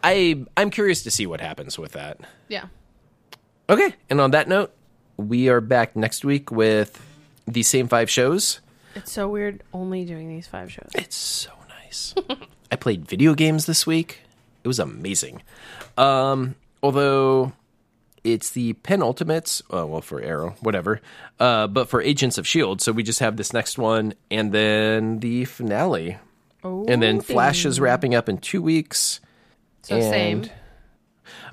S1: I I'm curious to see what happens with that.
S2: yeah
S1: Okay, and on that note, we are back next week with the same five shows.
S2: it's so weird only doing these five shows
S1: It's so nice. I played video games this week. It was amazing. Um, although it's the penultimates, uh, well, for Arrow, whatever, uh, but for Agents of S.H.I.E.L.D. So we just have this next one and then the finale.
S2: oh,
S1: And then Flash
S2: baby.
S1: is wrapping up in two weeks.
S2: so
S1: and-
S2: same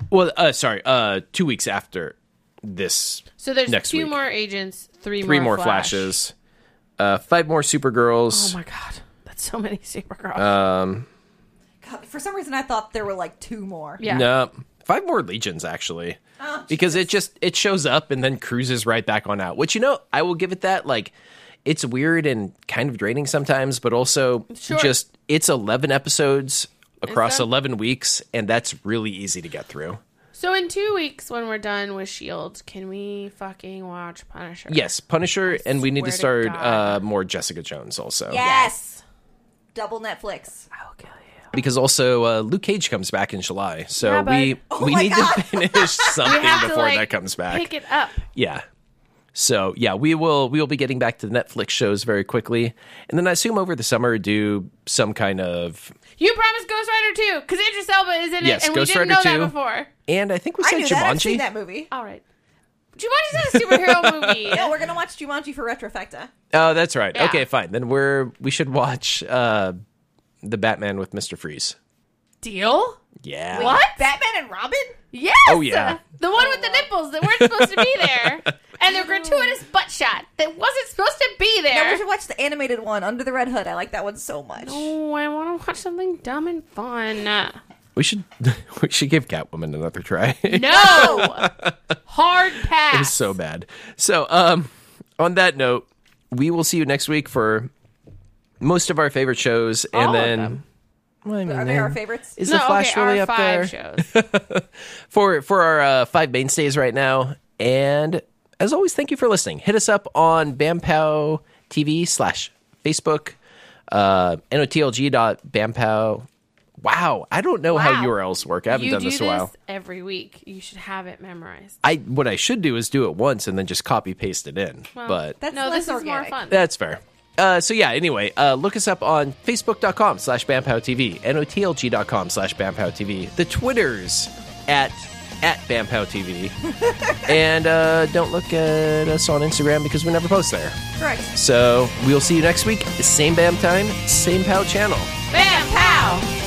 S1: Well, uh, sorry, uh, two weeks after this
S2: so there's
S1: next
S2: two
S1: week.
S2: more agents three,
S1: three more,
S2: more Flash.
S1: flashes, uh, five more Supergirls.
S2: oh my god that's so many supergirls
S1: Uh,
S3: God, for some reason, I thought there were like two more.
S2: yeah Oh,
S1: No, five more legions actually, because it just it shows up and then cruises right back on out. Which you know, I will give it that. Like, it's weird and kind of draining sometimes, but also
S2: Sure.
S1: just it's eleven episodes across
S2: that-
S1: eleven weeks, and that's really easy to get through.
S2: so in two weeks when we're done with shield E can we fucking watch punisher
S1: Yes, Punisher, and we need to
S2: swear
S1: start
S2: to
S1: uh,
S2: God.
S1: more Jessica Jones also.
S3: Yes. Double Netflix.
S2: i'll kill you
S1: because also uh, Luke Cage comes back in July, so
S2: Yeah,
S1: we
S2: bud.
S1: we
S3: my
S1: need to
S3: God.
S1: finish something
S2: We have to,
S1: before
S2: like,
S1: that comes back.
S2: pick it up
S1: Yeah. So yeah, we will we will be getting back to the Netflix shows very quickly, and then I assume over the summer do some kind of
S2: You promised Ghost Rider 2 because Idris Elba is in
S1: Yes,
S2: it, and
S1: Ghost
S2: we didn't
S1: Rider
S2: know
S1: 2.
S2: that before.
S1: and I think we
S3: I
S1: said
S3: knew that. I've
S1: Jumanji.
S3: seen that movie.
S2: All right, Jumanji's not a superhero movie.
S3: No, we're gonna watch Jumanji for retrofecta.
S1: Oh, that's right.
S2: Yeah.
S1: Okay, fine. Then we're we should watch uh, the Batman with Mister Freeze.
S2: Deal?
S1: Yeah.
S2: What?
S3: Batman and Robin?
S2: Yes.
S1: Oh, yeah.
S2: The one with the nipples that weren't supposed to be there, and the gratuitous butt shot that wasn't supposed to be
S3: No, we
S2: there.
S3: should watch the animated one, Under the Red Hood. I like that one so much.
S2: Oh, I want to watch something dumb and fun.
S1: We should we should give Catwoman another try.
S2: No, hard pass.
S1: It's so bad. So, um, on that note, we will see you next week for most of our favorite shows, and
S2: All of
S1: then.
S2: them.
S1: Well, I mean,
S3: Are they our favorites?
S1: Is
S2: no,
S1: the Flash
S2: okay,
S1: really
S2: our
S1: up there?
S2: five shows.
S1: for for our uh, five mainstays right now. And as always, thank you for listening. Hit us up on BamPow TV slash Facebook, uh, notlg.bampow. Wow, I don't know how
S2: Wow.
S1: URLs work. I haven't
S2: You
S1: done
S2: do
S1: this
S2: this
S1: in a while.
S2: every week. You should have it memorized.
S1: I what I should do is do it once and then just copy paste it in. but
S3: That's
S2: no,
S3: less
S2: this is more
S3: organic.
S2: fun.
S1: That's fair. Uh, so yeah, anyway, uh, look us up on facebook.com slash BamPowTV, notlg.com slash BamPowTV, the Twitters at at BamPowTV, and uh, don't look at us on Instagram because we never post there.
S3: Correct.
S1: So we'll see you next week, same BAM time, same POW channel.
S2: Bam, pow.